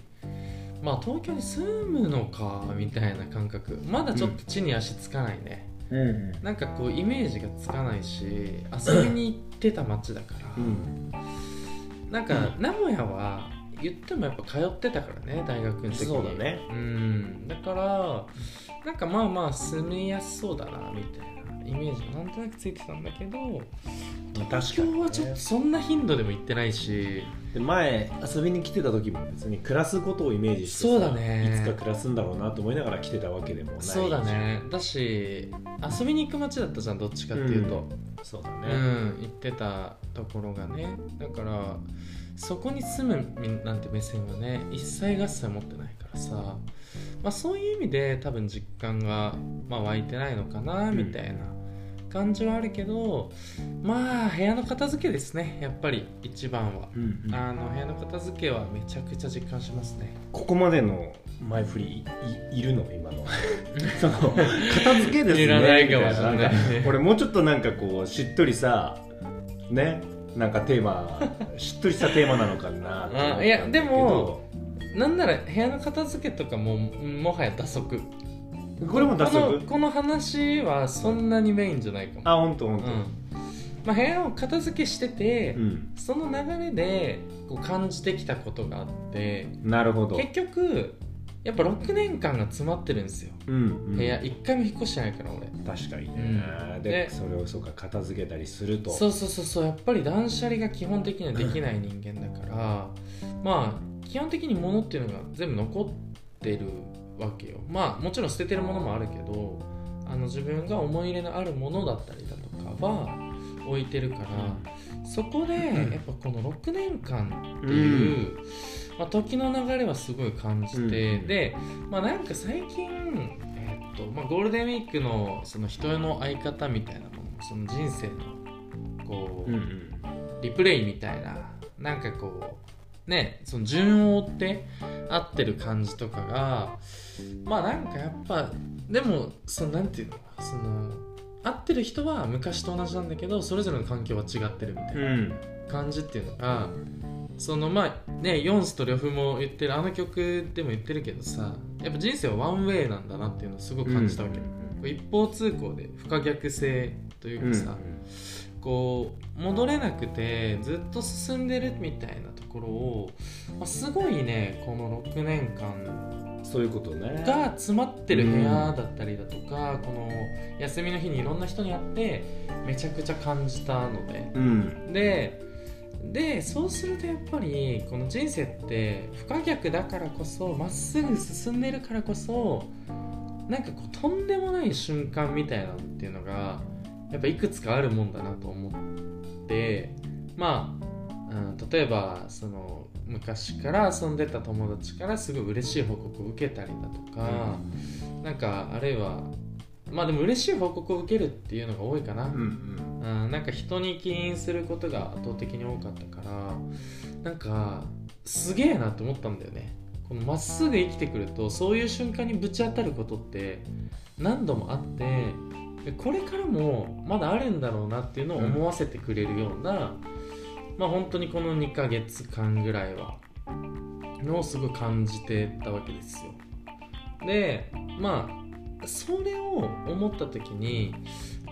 A: まあ東京に住むのかみたいな感覚まだちょっと地に足つかないね、
B: うんうん
A: なんかこうイメージがつかないし遊びに行ってた街だから、
B: うん
A: なんか名古屋は言ってもやっぱ通ってたからね大学の時に
B: そうだね
A: うんだからなんかまあまあ住みやすそうだなみたいなイメージがなんとなくついてたんだけど
B: まあ確
A: 今
B: かに
A: 日
B: ね
A: はちょっとそんな頻度でも行ってないし
B: で前遊びに来てた時も別に暮らすことをイメージしてさ
A: そうだね
B: いつか暮らすんだろうなと思いながら来てたわけでもないし
A: そうだねだし遊びに行く街だったじゃんどっちかっていうと、
B: そうだ
A: う
B: ね、
A: ん、言ってたところがねだからそこに住むみんなんて目線はね一切合切持ってないからさ、まあ、そういう意味で多分実感が、まあ、湧いてないのかな
B: うん
A: みたいな感じはあるけど、まあ部屋の片付けですねやっぱり一番は。
B: うんうん
A: あの部屋の片付けはめちゃくちゃ実感しますね。
B: ここまでの前振りいいいるの今の その片付けですね
A: いらないかも
B: みた
A: しれない
B: んか俺もうちょっとなんかこうしっとりさねなんかテーマしっとりしたテーマなのかなと思ったんだけど
A: あいやでも なんなら部屋の片付けとかももはや打足。
B: これも脱
A: この
B: 足
A: この話はそんなにメインじゃないかも。
B: あ本当
A: う
B: 本
A: んまあ、部屋を片付けしてて、
B: 当うん
A: その流れでこう感じてきたことがあって
B: なるほど
A: 結局やっぱ6年間が詰まってるんですよ
B: うんうん
A: 部屋1回も引っ越してないから俺
B: 確かにね、
A: うん
B: で
A: で
B: それをそうか片付けたりすると
A: そうそうそうそうやっぱり断捨離が基本的にはできない人間だからまあ基本的に物っていうのが全部残ってるわけよまあもちろん捨ててるものもあるけどあの自分が思い入れのあるものだったりだとかは置いてるから、そこでやっぱこの6年間っていう、まあ、時の流れはすごい感じて、
B: うん
A: で、まあ、なんか最近、えーっとまあ、ゴールデンウィークのその人への相方みたいなものその人生のこう、
B: うんうん
A: リプレイみたいななんかこうねその順を追って合ってる感じとかがまあなんかやっぱでもそのなんていうのその合ってる人は昔と同じなんだけどそれぞれの環境は違ってるみたいな。
B: うん
A: 感じっていうのがそのまあねヨンスと呂布も言ってるあの曲でも言ってるけどさやっぱ人生はワンウェイなんだなっていうのをすごく感じたわけ、
B: うん
A: こう一方通行で不可逆性というかさ、こう戻れなくてずっと進んでるみたいなところを、まあ、すごいねこの6年間
B: そういうことね
A: が詰まってる部屋だったりだとか、この休みの日にいろんな人に会ってめちゃくちゃ感じたので
B: うん
A: ででそうするとやっぱりこの人生って不可逆だからこそまっすぐ進んでるからこそなんかこうとんでもない瞬間みたいなのっていうのがやっぱいくつかあるもんだなと思ってまあ、うん、例えばその昔から遊んでた友達からすごい嬉しい報告を受けたりだとか、なんかあるいはまあでも嬉しい報告を受けるっていうのが多いかな、
B: うんうん
A: うんなんか人に起因することが圧倒的に多かったからなんかすげえなって思ったんだよねこのまっすぐ生きてくるとそういう瞬間にぶち当たることって何度もあってでこれからもまだあるんだろうなっていうのを思わせてくれるような、まあ本当にこの2ヶ月間ぐらいはのをすごい感じてたわけですよでまあそれを思った時に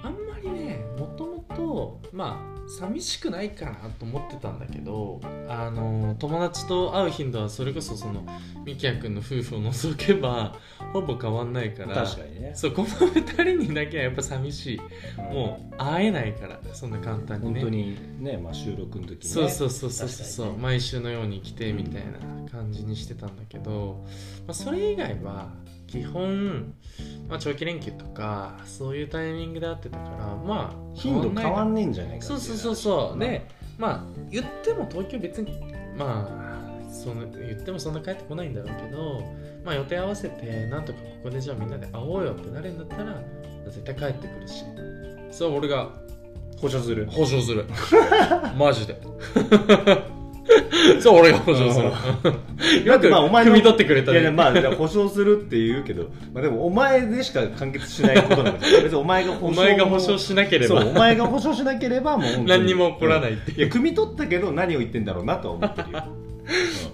A: あんまりねもともとまあ寂しくないかなと思ってたんだけどあの友達と会う頻度はそれこそそのみきやくんの夫婦を除けばほぼ変わんないから
B: 確かにね
A: そうこの2人にだけはやっぱ寂しいもう会えないからそんな簡単に
B: 本
A: ね
B: 当にね、まあ、収録の時ね
A: そうそうそうそうそう、
B: 確かにね
A: 毎週のように来てみたいな感じにしてたんだけど、まあ、それ以外は基本、まあ、長期連休とかそういうタイミングで会ってたからまあ
B: 頻度変
A: な
B: わ
A: い
B: んねえんじゃないかって
A: そ
B: い
A: うそうそうそう
B: まあ
A: でまあ言っても東京別にまあその言ってもそんな帰ってこないんだろうけど、まあ、予定合わせてなんとかここでじゃあみんなで会おうよってなるんだったら絶対帰ってくるしそれは俺が
B: 保証する
A: 保証する マジで そう俺が保証するよく
B: まあお前の
A: 汲み取ってくれた
B: いやいや
A: ね
B: まあじゃあ保証するって言うけど、まあ、でもお前でしか完結しないことな んだから別にお前が保証
A: お前が保証しなければ
B: そうお前が保証しなければもう本当、
A: 何にも起こらないいって
B: い
A: い
B: や
A: う、
B: 汲み取ったけど何を言ってんだろうなとは思って るよ、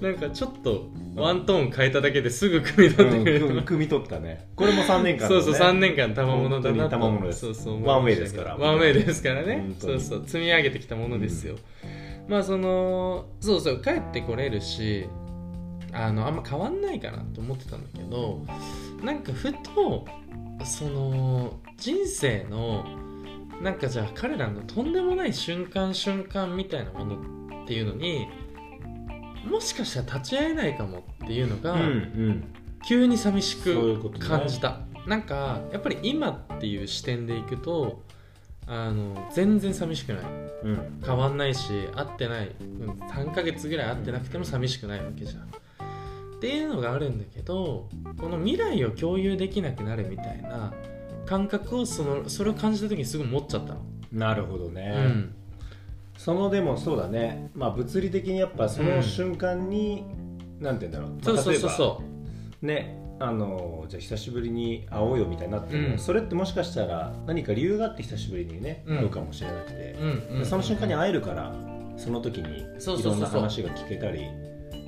A: なんかちょっとワントーン変えただけですぐ汲み取ってくれた、
B: うん、汲み取ったねこれも3年間、ね、
A: そうそう3年間賜物だな
B: 本当に賜物です
A: そうそう
B: ワンウェイですから
A: ワンウェイですからね
B: 本当
A: そ
B: に
A: うそう積み上げてきたものですよ、まあそのそうそう帰ってこれるしあのあんま変わんないかなと思ってたんだけどなんかふとその人生のなんかじゃあ彼らのとんでもない瞬間瞬間みたいなものっていうのにもしかしたら立ち会えないかもっていうのが、
B: うんうん
A: 急に寂し
B: そういう
A: く
B: ことね
A: 感じた、なんかやっぱり今っていう視点でいくとあの全然寂しくない
B: うん
A: 変わんないし会ってないうん3ヶ月ぐらい会ってなくても寂しくないわけじゃんっていうのがあるんだけどこの未来を共有できなくなるみたいな感覚をそのそれを感じた時にすごい持っちゃったの、
B: なるほどね、
A: うん
B: そのでもそうだねまあ物理的にやっぱその瞬間に、なんて言うんだ
A: そう
B: ろう、まあ
A: そうそう
B: 例えば
A: そ
B: ねあのーじゃあ久しぶりに会おうよみたいになっても、
A: うん
B: それってもしかしたら何か理由があって久しぶりにね
A: うん
B: 会うかもしれなくて
A: う、、うんうん
B: その瞬間に会えるからその時に
A: そう
B: い
A: そうそうそう
B: ろんな話が聞けたり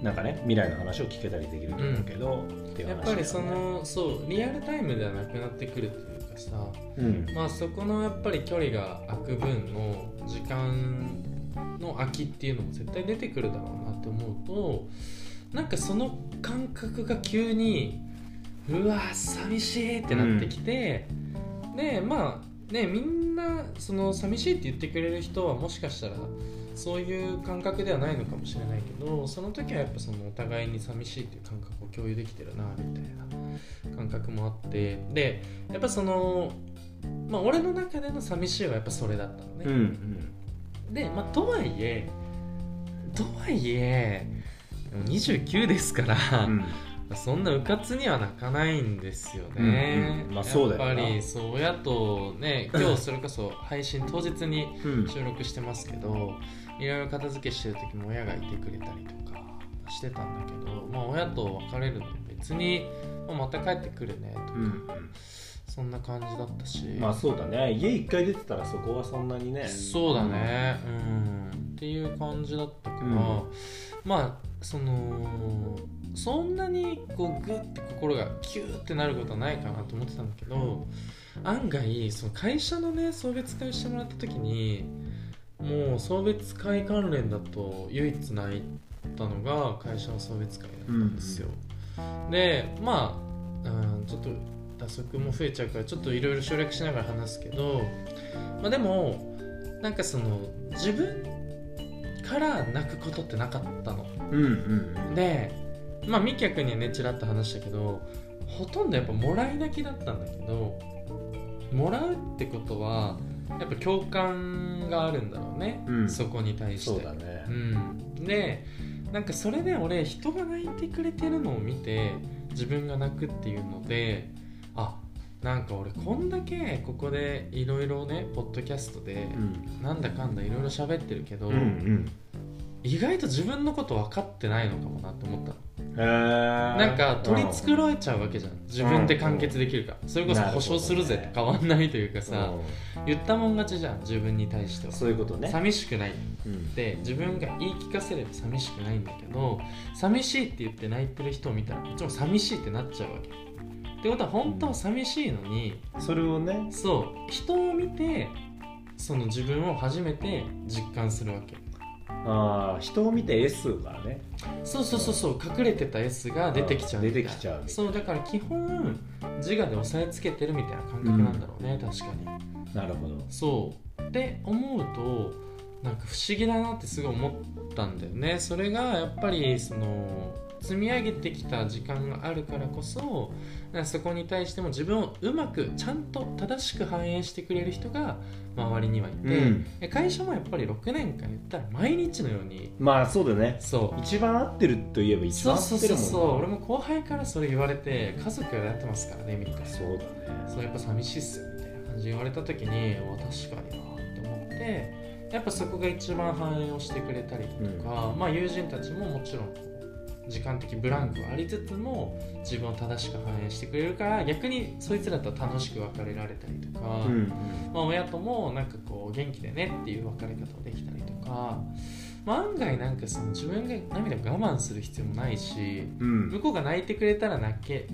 B: なんかね未来の話を聞けたりできると思うけど、っていう
A: や
B: 話
A: っ
B: だよね
A: ぱりそのそうリアルタイムではなくなってくるというかさ、
B: うん
A: まあそこのやっぱり距離が空く分の時間の空きっていうのも絶対出てくるだろうなって思うとなんかその感覚が急にうわ寂しいってなってきて、でまあねみんなその寂しいって言ってくれる人はもしかしたらそういう感覚ではないのかもしれないけどその時はやっぱそのお互いに寂しいっていう感覚を共有できてるなみたいな感覚もあってでやっぱそのまあ俺の中での寂しいはやっぱそれだったのね。
B: うんうん
A: で、まあ、とはいえとはいえでも29ですから、
B: うん
A: そんなうかつには泣かないんですよね、
B: うんまあそうだよな
A: やっぱりそう親と ね今日それこそ配信当日に
B: うん
A: 収録してますけどいろいろ片付けしてる時も親がいてくれたりとかしてたんだけど、まあ、親と別れるのも別に、まあ、また帰ってくるねとか、そんな感じだったし、
B: うんまあそうだね家一回出てたらそこはそんなにね
A: そうだねうん、っていう感じだったから、
B: うん
A: まあそのそんなにこうグッて心がキューってなることはないかなと思ってたんだけど案外その会社のね送別会してもらった時にもう送別会関連だと唯一泣いたのが会社の送別会だったんですよ、でまあ、うん、ちょっと打足も増えちゃうからちょっといろいろ省略しながら話すけど、まあ、でもなんかその自分から泣くことってなかったの
B: うんうん
A: でまあみきゃくんにはねちらっと話したけどほとんどやっぱもらい泣きだったんだけどもらうってことはやっぱ共感があるんだろうね、
B: うん
A: そこに対して
B: そうだね
A: うん、でなんかそれで俺人が泣いてくれてるのを見て自分が泣くっていうのであなんか俺こんだけここでいろいろねポッドキャストで
B: うん
A: なんだかんだいろいろ喋ってるけど、
B: うんうん
A: 意外と自分のこと分かってないのかもなって思ったの
B: へえな
A: なんか取り繕えちゃうわけじゃん自分で完結できるからそれこそ保証するぜと変わんないというかさ、言ったもん勝ちじゃん自分に対しては、
B: そういうことね
A: 寂しくない
B: うん
A: で自分が言い聞かせれば寂しくないんだけど寂しいって言って泣いてる人を見たらこっちも寂しいってなっちゃうわけってことは本当は寂しいのに
B: それをね
A: そう人を見てその自分を初めて実感するわけ
B: ああ人を見て S がね
A: そうそうそうそう隠れてた S が出てきちゃう
B: 出てきちゃう
A: そうだから基本自我で押さえつけてるみたいな感覚なんだろうね、確かに
B: なるほど
A: そうって思うとなんか不思議だなってすごい思ったんだよねそれがやっぱりその積み上げてきた時間があるからこそなんかそこに対しても自分をうまくちゃんと正しく反映してくれる人が周りにはいて、
B: うん
A: で会社もやっぱり6年間言ったら毎日のように
B: まあそうだね
A: そう
B: 一番合ってるといえば一
A: そ
B: 番
A: う
B: 合
A: そう
B: って
A: そ
B: る
A: う
B: もんね
A: そう俺も後輩からそれ言われて家族やってますからねみたいな
B: そうだね
A: そうやっぱ寂しいっすよみたいな感じで言われた時にうわ確かになって思ってやっぱそこが一番反映をしてくれたりとか、まあ友人たちももちろんこう時間的ブランクはありつつも自分を正しく反映してくれるから逆にそいつらとは楽しく別れられたりとか、
B: うん
A: まあ、親ともなんかこう元気でねっていう別れ方ができたりとか、まあ、案外なんかその自分が涙を我慢する必要もないし
B: うん
A: 向こうが泣いてくれたら泣け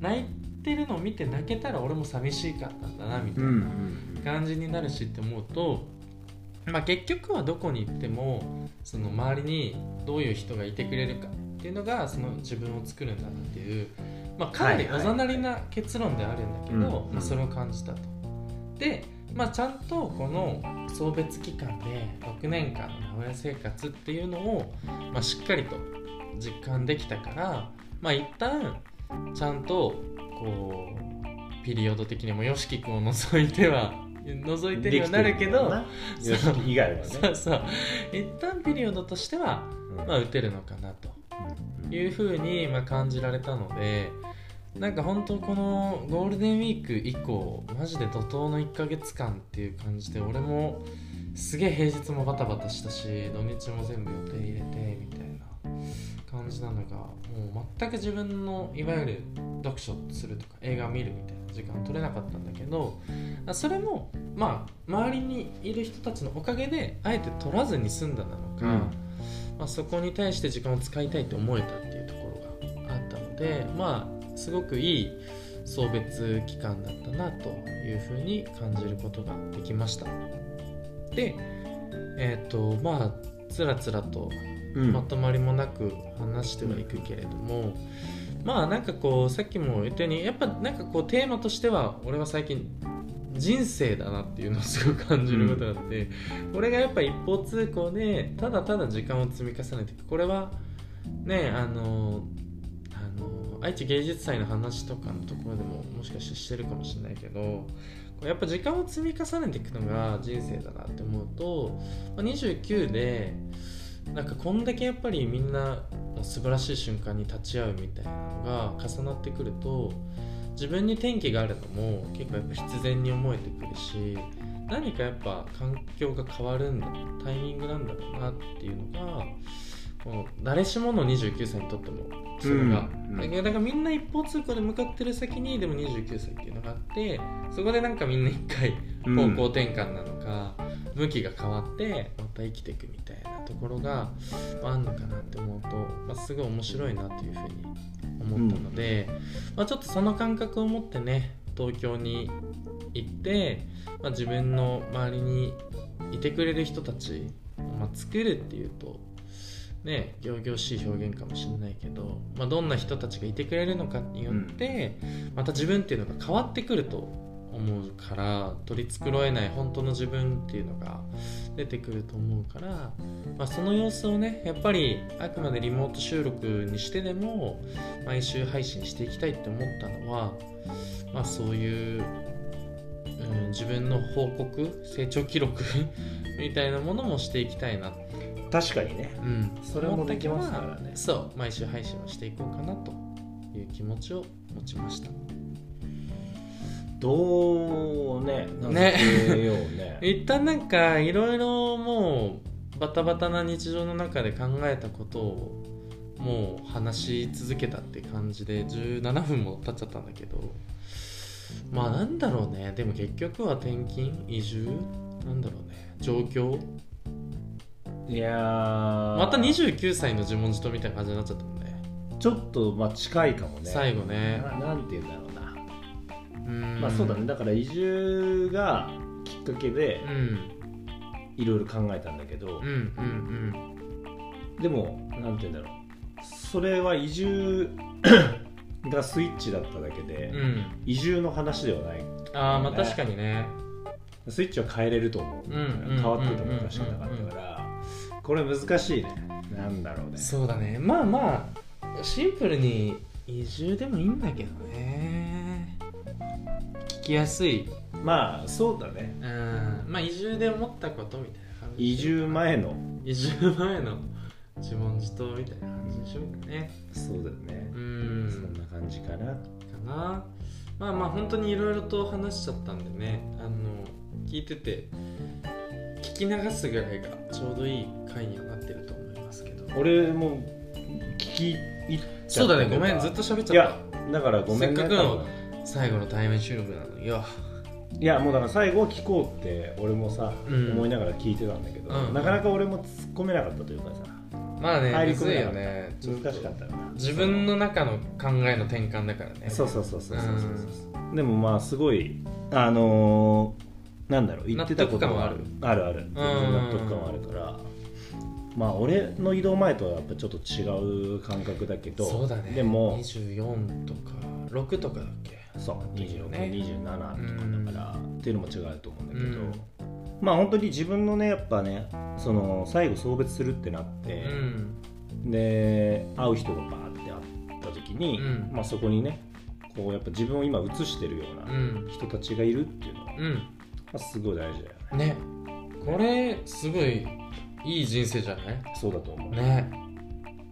A: 泣いてるのを見て泣けたら俺も寂しかったんだなみた
B: う
A: い
B: んう
A: なん感じになるしって思うと、まあ、結局はどこに行ってもその周りにどういう人がいてくれるかっていうのがその自分を作るんだなっていう、まあ、かなり
B: はい
A: お
B: はい
A: ざなりな結論ではあるんだけど、
B: うんうん
A: まあ、それを感じたと。でまあ、ちゃんとこの送別期間で6年間の名古屋生活っていうのを、まあ、しっかりと実感できたから、まあ、一旦ちゃんとこうピリオド的にも YOSHIKI 君を除いては 除いてるようになるけど
B: よし以外は
A: そ
B: ね
A: うそう一旦ピリオドとしては、まあ、打てるのかなと
B: うん
A: いうふうにまあ感じられたのでなんか本当このゴールデンウィーク以降マジで怒涛の1ヶ月間っていう感じで俺もすげえ平日もバタバタしたし土日も全部予定入れてみたいな感じなのがもう全く自分のいわゆる読書するとか映画見るみたいな時間取れなかったんだけどあそれもまあ周りにいる人たちのおかげであえて取らずに済んだなのか、
B: うん
A: まあ、そこに対して時間を使いたいと思えたっていうところがあったのでまあすごくいい送別期間だったなというふうに感じることができましたでえっ、とまあつらつらと
B: うん
A: まとまりもなく話してはいくけれども、まあなんかこうさっきも言ったようにやっぱなんかこうテーマとしては俺は最近人生だなっていうのをすごく感じることがあって、俺がやっぱ一方通行でただただ時間を積み重ねていくこれはねあのあの愛知芸術祭の話とかのところでももしかしてしてるかもしれないけどやっぱ時間を積み重ねていくのが人生だなって思うとまあ29でなんかこんだけやっぱりみんな素晴らしい瞬間に立ち会うみたいなのが重なってくると自分に転機があるのも結構やっぱ必然に思えてくるし何かやっぱ環境が変わるんだタイミングなんだろうなっていうのがこの誰しもの29歳にとってもそれが、
B: うんうん
A: だからだからみんな一方通行で向かってる先にでも29歳っていうのがあってそこでなんかみんな一回
B: うん
A: 方向転換なのか、向きが変わってまた生きていくみたいなとところがあんのかなって思うと、まあ、すごい面白いなっていうふうに思ったので、まあ、ちょっとその感覚を持ってね東京に行って、まあ、自分の周りにいてくれる人たち、まあ、作るっていうとね仰々しい表現かもしれないけど、まあ、どんな人たちがいてくれるのかによって、また自分っていうのが変わってくると思うから取り繕えない本当の自分っていうのが出てくると思うから、まあ、その様子をねやっぱりあくまでリモート収録にしてでも毎週配信していきたいって思ったのは、まあ、そういう、うん、自分の報告成長記録みたいなものもしていきたいな、
B: 確かにね
A: うん、
B: それもできますからね
A: 思ったそう毎週配信をしていこうかなという気持ちを持ちました
B: どうね名
A: ね
B: 付けようね
A: 一旦なんかいろいろもうバタバタな日常の中で考えたことをもう話し続けたって感じで17分も経っちゃったんだけどまあなんだろうねでも結局は転勤移住なんだろうね状況
B: いやー
A: また29歳の自問自答みたいな感じになっちゃったもんね
B: ちょっとまあ近いかもね
A: 最後ね
B: ななんて言うんだろうな、
A: うん
B: まあそうだねだから移住がきっかけで
A: うん
B: いろいろ考えたんだけど
A: うんう、ん
B: でもなんて言うんだろうそれは移住 がスイッチだっただけで、
A: うんうん
B: 移住の話ではない
A: ああまあ確かにね
B: スイッチは変えれると思う
A: うんうん
B: 変わっててもおかしくなかったからこれ難しいねなんだろうね
A: そうだねまあまあシンプルに移住でもいいんだけどね聞きやすい
B: まあそうだね
A: うんまあ移住で思ったことみたいな感じ
B: 移住前の
A: 移住前の自問自答みたいな感じでしょうかね
B: そうだよね
A: う、
B: そ
A: ん
B: んな感じかな
A: かなまあまあ本当にいろいろと話しちゃったんでねあの聞いてて聞き流すぐらいがちょうどいい回にはなってると思いますけど
B: 俺も聞き入っち
A: そ
B: ゃっ
A: う
B: た
A: だねごめんずっと喋っ
B: い
A: ちゃった
B: やだからごめんね
A: せっかくの
B: 多分
A: 最後の対面収録なのによ
B: いやもうだから最後聞こうって俺もさ、
A: うん
B: 思いながら聞いてたんだけど、
A: うん
B: なかなか俺も突っ込めなかったというかさ
A: まあね
B: 入り
A: む
B: 込
A: ず
B: め
A: いよ
B: なかった
A: ねちょっと
B: 難しかったよな
A: 自分の中の考えの転換だからね
B: そうそうそうそうそうそうそうでもまあすごいあのーなんだろう言ってたことは
A: 納得
B: あるある全然納得感はあるからまあ俺の移動前とはやっぱちょっと違う感覚だけど
A: そうだね
B: でも
A: 24とか6とかだっけ
B: そう
A: ね
B: 2627とかだから、っていうのも違うと思うんだけど、まあ本当に自分のねやっぱねその最後送別するってなって、
A: うん
B: で会う人がバーって会った時に、
A: うん
B: まあ、そこにねこうやっぱ自分を今映してるよう
A: う
B: なん人たちがいるっていうのは、ま
A: う
B: あ、すごい大事だよね
A: んねこれすごいいい人生じゃない
B: そうだと思う、
A: ね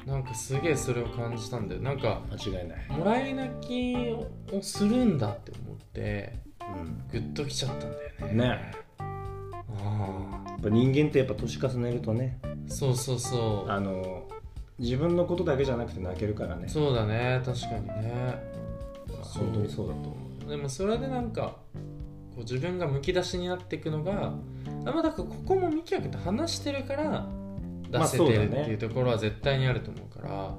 A: なんかすげえそれを感じたんだよなんか
B: 間違いない、
A: もらい泣きをするんだって思って
B: うん、
A: グッときちゃったんだよね
B: ね
A: ああ
B: やっぱ人間ってやっぱ年重ねるとね
A: そうそうそう
B: あの自分のことだけじゃなくて泣けるからね
A: そうだね確かにね
B: まあ
A: そう
B: 本当にそうだと思
A: でもそれでなんかこう自分がむき出しになっていくのがあまあだからここも見極めて話してるから出せて
B: まあそうだ
A: るっ
B: ね
A: ていうところは絶対にあると思うから、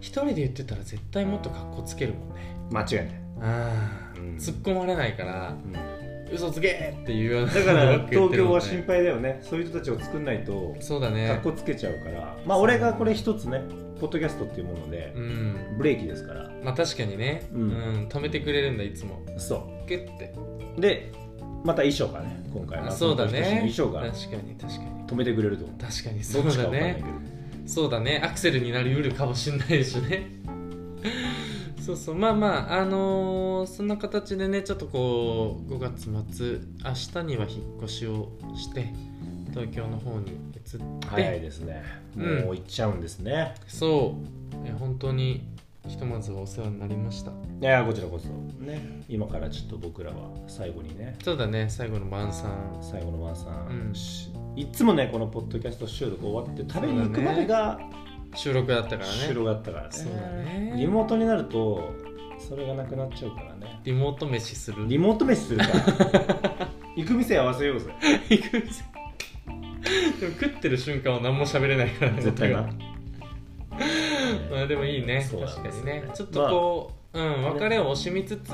A: 一人で言ってたら絶対もっとかっこつけるもんね
B: う間違いない、
A: ああ、
B: うん
A: 突っ込まれないから
B: うん
A: 嘘つけっていうような
B: だから
A: ことばっか言っ
B: 東
A: てるも
B: 京
A: ん
B: は
A: ね
B: 心配だよねそういう人たちを作んないと
A: そうだ
B: かっ
A: ね
B: こつけちゃうからまあ俺がこれ一つねポッドキャストっていうもので
A: うん
B: ブレーキですから
A: まあ確かにね、う
B: うんん
A: 止めてくれるんだいつも
B: そ
A: グッて
B: うでまた衣装がね今回は
A: そうだね
B: 衣装が
A: 確かに確かに
B: 止めてくれると思う
A: 確かにそ
B: どっ
A: う
B: ちか
A: だ
B: わかんない
A: ね
B: けど
A: そうだねアクセルになりうるかもしんないしね そうそうまあまああのーそんな形でねちょっとこう5月末明日には引っ越しをして東京の方に移って、
B: 早いですね
A: うん
B: もう行っちゃうんですね
A: そうえ本当にひとまずはお世話になりました
B: いやこちらこそね今からちょっと僕らは最後にね
A: そうだね最後の晩餐
B: 最後のワンさ
A: うん
B: んしいっつもねこのポッドキャスト収録終わって食べに行くまでが
A: 収録だったから
B: 収
A: ね
B: 録だったからね
A: そうだね
B: リモートになるとそれがなくなっちゃうからね
A: リモート飯する
B: リモート飯するから行く店合わせようぜ
A: 行く店 でも食ってる瞬間は何も喋れないからね
B: 絶対な
A: 僕は まあでもいいね
B: そうな
A: 確
B: ん
A: か
B: です
A: に
B: よ
A: ね
B: ね
A: ちょっとこう、うん別れを惜しみつつ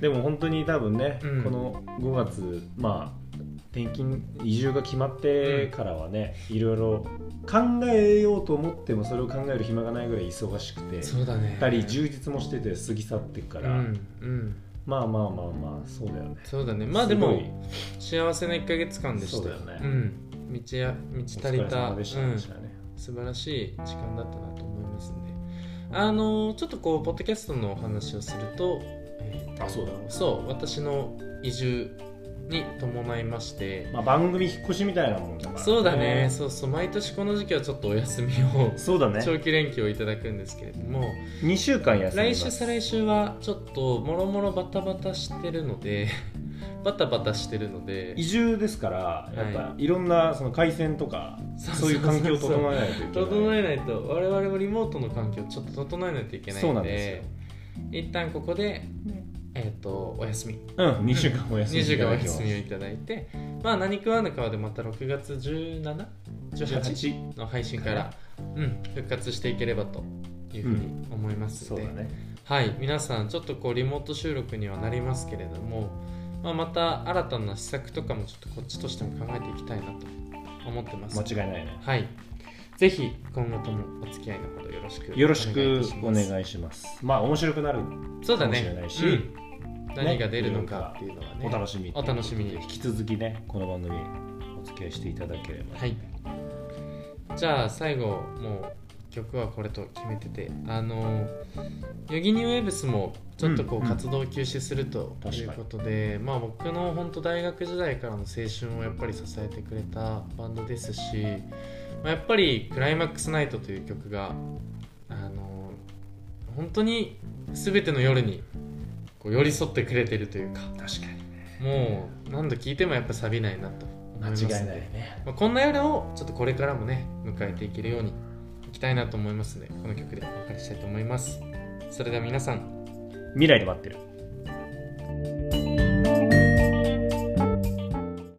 B: でも本当に多分ね、
A: うん
B: この5月まあ転勤移住が決まってからはね、いろいろ考えようと思ってもそれを考える暇がないぐらい忙しくて
A: そうだね
B: たり充実もしてて過ぎ去ってくから、
A: うんうん
B: まあまあまあまあそうだよね
A: そうだねまあです
B: ごい
A: も幸せな1か月間でした
B: そうだよね
A: うん満や満ち
B: お
A: 足
B: 疲
A: り
B: れ
A: た、う
B: 様
A: ん、
B: でしたね、
A: 素晴らしい時間だったなと思いますんであのちょっとこうポッドキャストのお話をすると、えーと
B: あそうだ
A: そう私の移住に伴いまして
B: まあ、番組引っ越しみたいなもんだから、
A: そうだねそうそう毎年この時期はちょっとお休みを
B: そうだね
A: 長期連休をいただくんですけれども
B: 2週間休み
A: 来週再来週はちょっともろもろバタバタしてるので バタバタしてるので
B: 移住ですから
A: い
B: やっぱいろんなその回線とか
A: そう
B: そういう環境を
A: そうそう
B: 整えないといけない
A: 整えないと我々もリモートの環境をちょっと整えないといけない
B: そう
A: の
B: な
A: で
B: んですよ
A: 一旦ここで、えっとお休み
B: うん2週間お休み
A: 2
B: い
A: 週
B: た
A: 間お
B: だきま
A: 休
B: す
A: みをいただいてまあ何食わぬかはでまた6月 17?18
B: 18
A: の配信から、うん、復活していければというふうに思います
B: そ
A: の
B: う
A: で、
B: だね
A: はい皆さんちょっとこうリモート収録にはなりますけれども、まあ、また新たな施策とかもちょっとこっちとしても考えていきたいなと思ってます
B: 間違いないね
A: はい。ぜひ今後ともお付き合いのほどよろしく
B: よろしく
A: い
B: お
A: いたし
B: 願いしますまあ面白くなる
A: ますそうだね
B: かもしれないし
A: うん何が出るのかっていうのはね
B: お楽しみ
A: お楽しみに
B: 引き続きねこの番組お付き合いしていただければ
A: はいじゃあ最後もう曲はこれと決めててあのヨギニウェーブスもちょっとこ
B: うん
A: う
B: うん
A: 活動を休止すると
B: 確かに
A: いうことで、まあ僕の本当大学時代からの青春をやっぱり支えてくれたバンドですし、まあ、やっぱり「クライマックスナイト」という曲があの本当に全ての夜にこう寄り添ってくれてるというか
B: 確かに
A: もう何度聴いてもやっぱ錆びないなと思い
B: 間
A: ます
B: 違
A: の
B: い
A: で
B: ないね
A: まあ、こんな夜をちょっとこれからもね迎えていけるようにいきたいなと思いますのでこの曲でお別れしたいと思いますそれでは皆さん
B: 未来で待ってる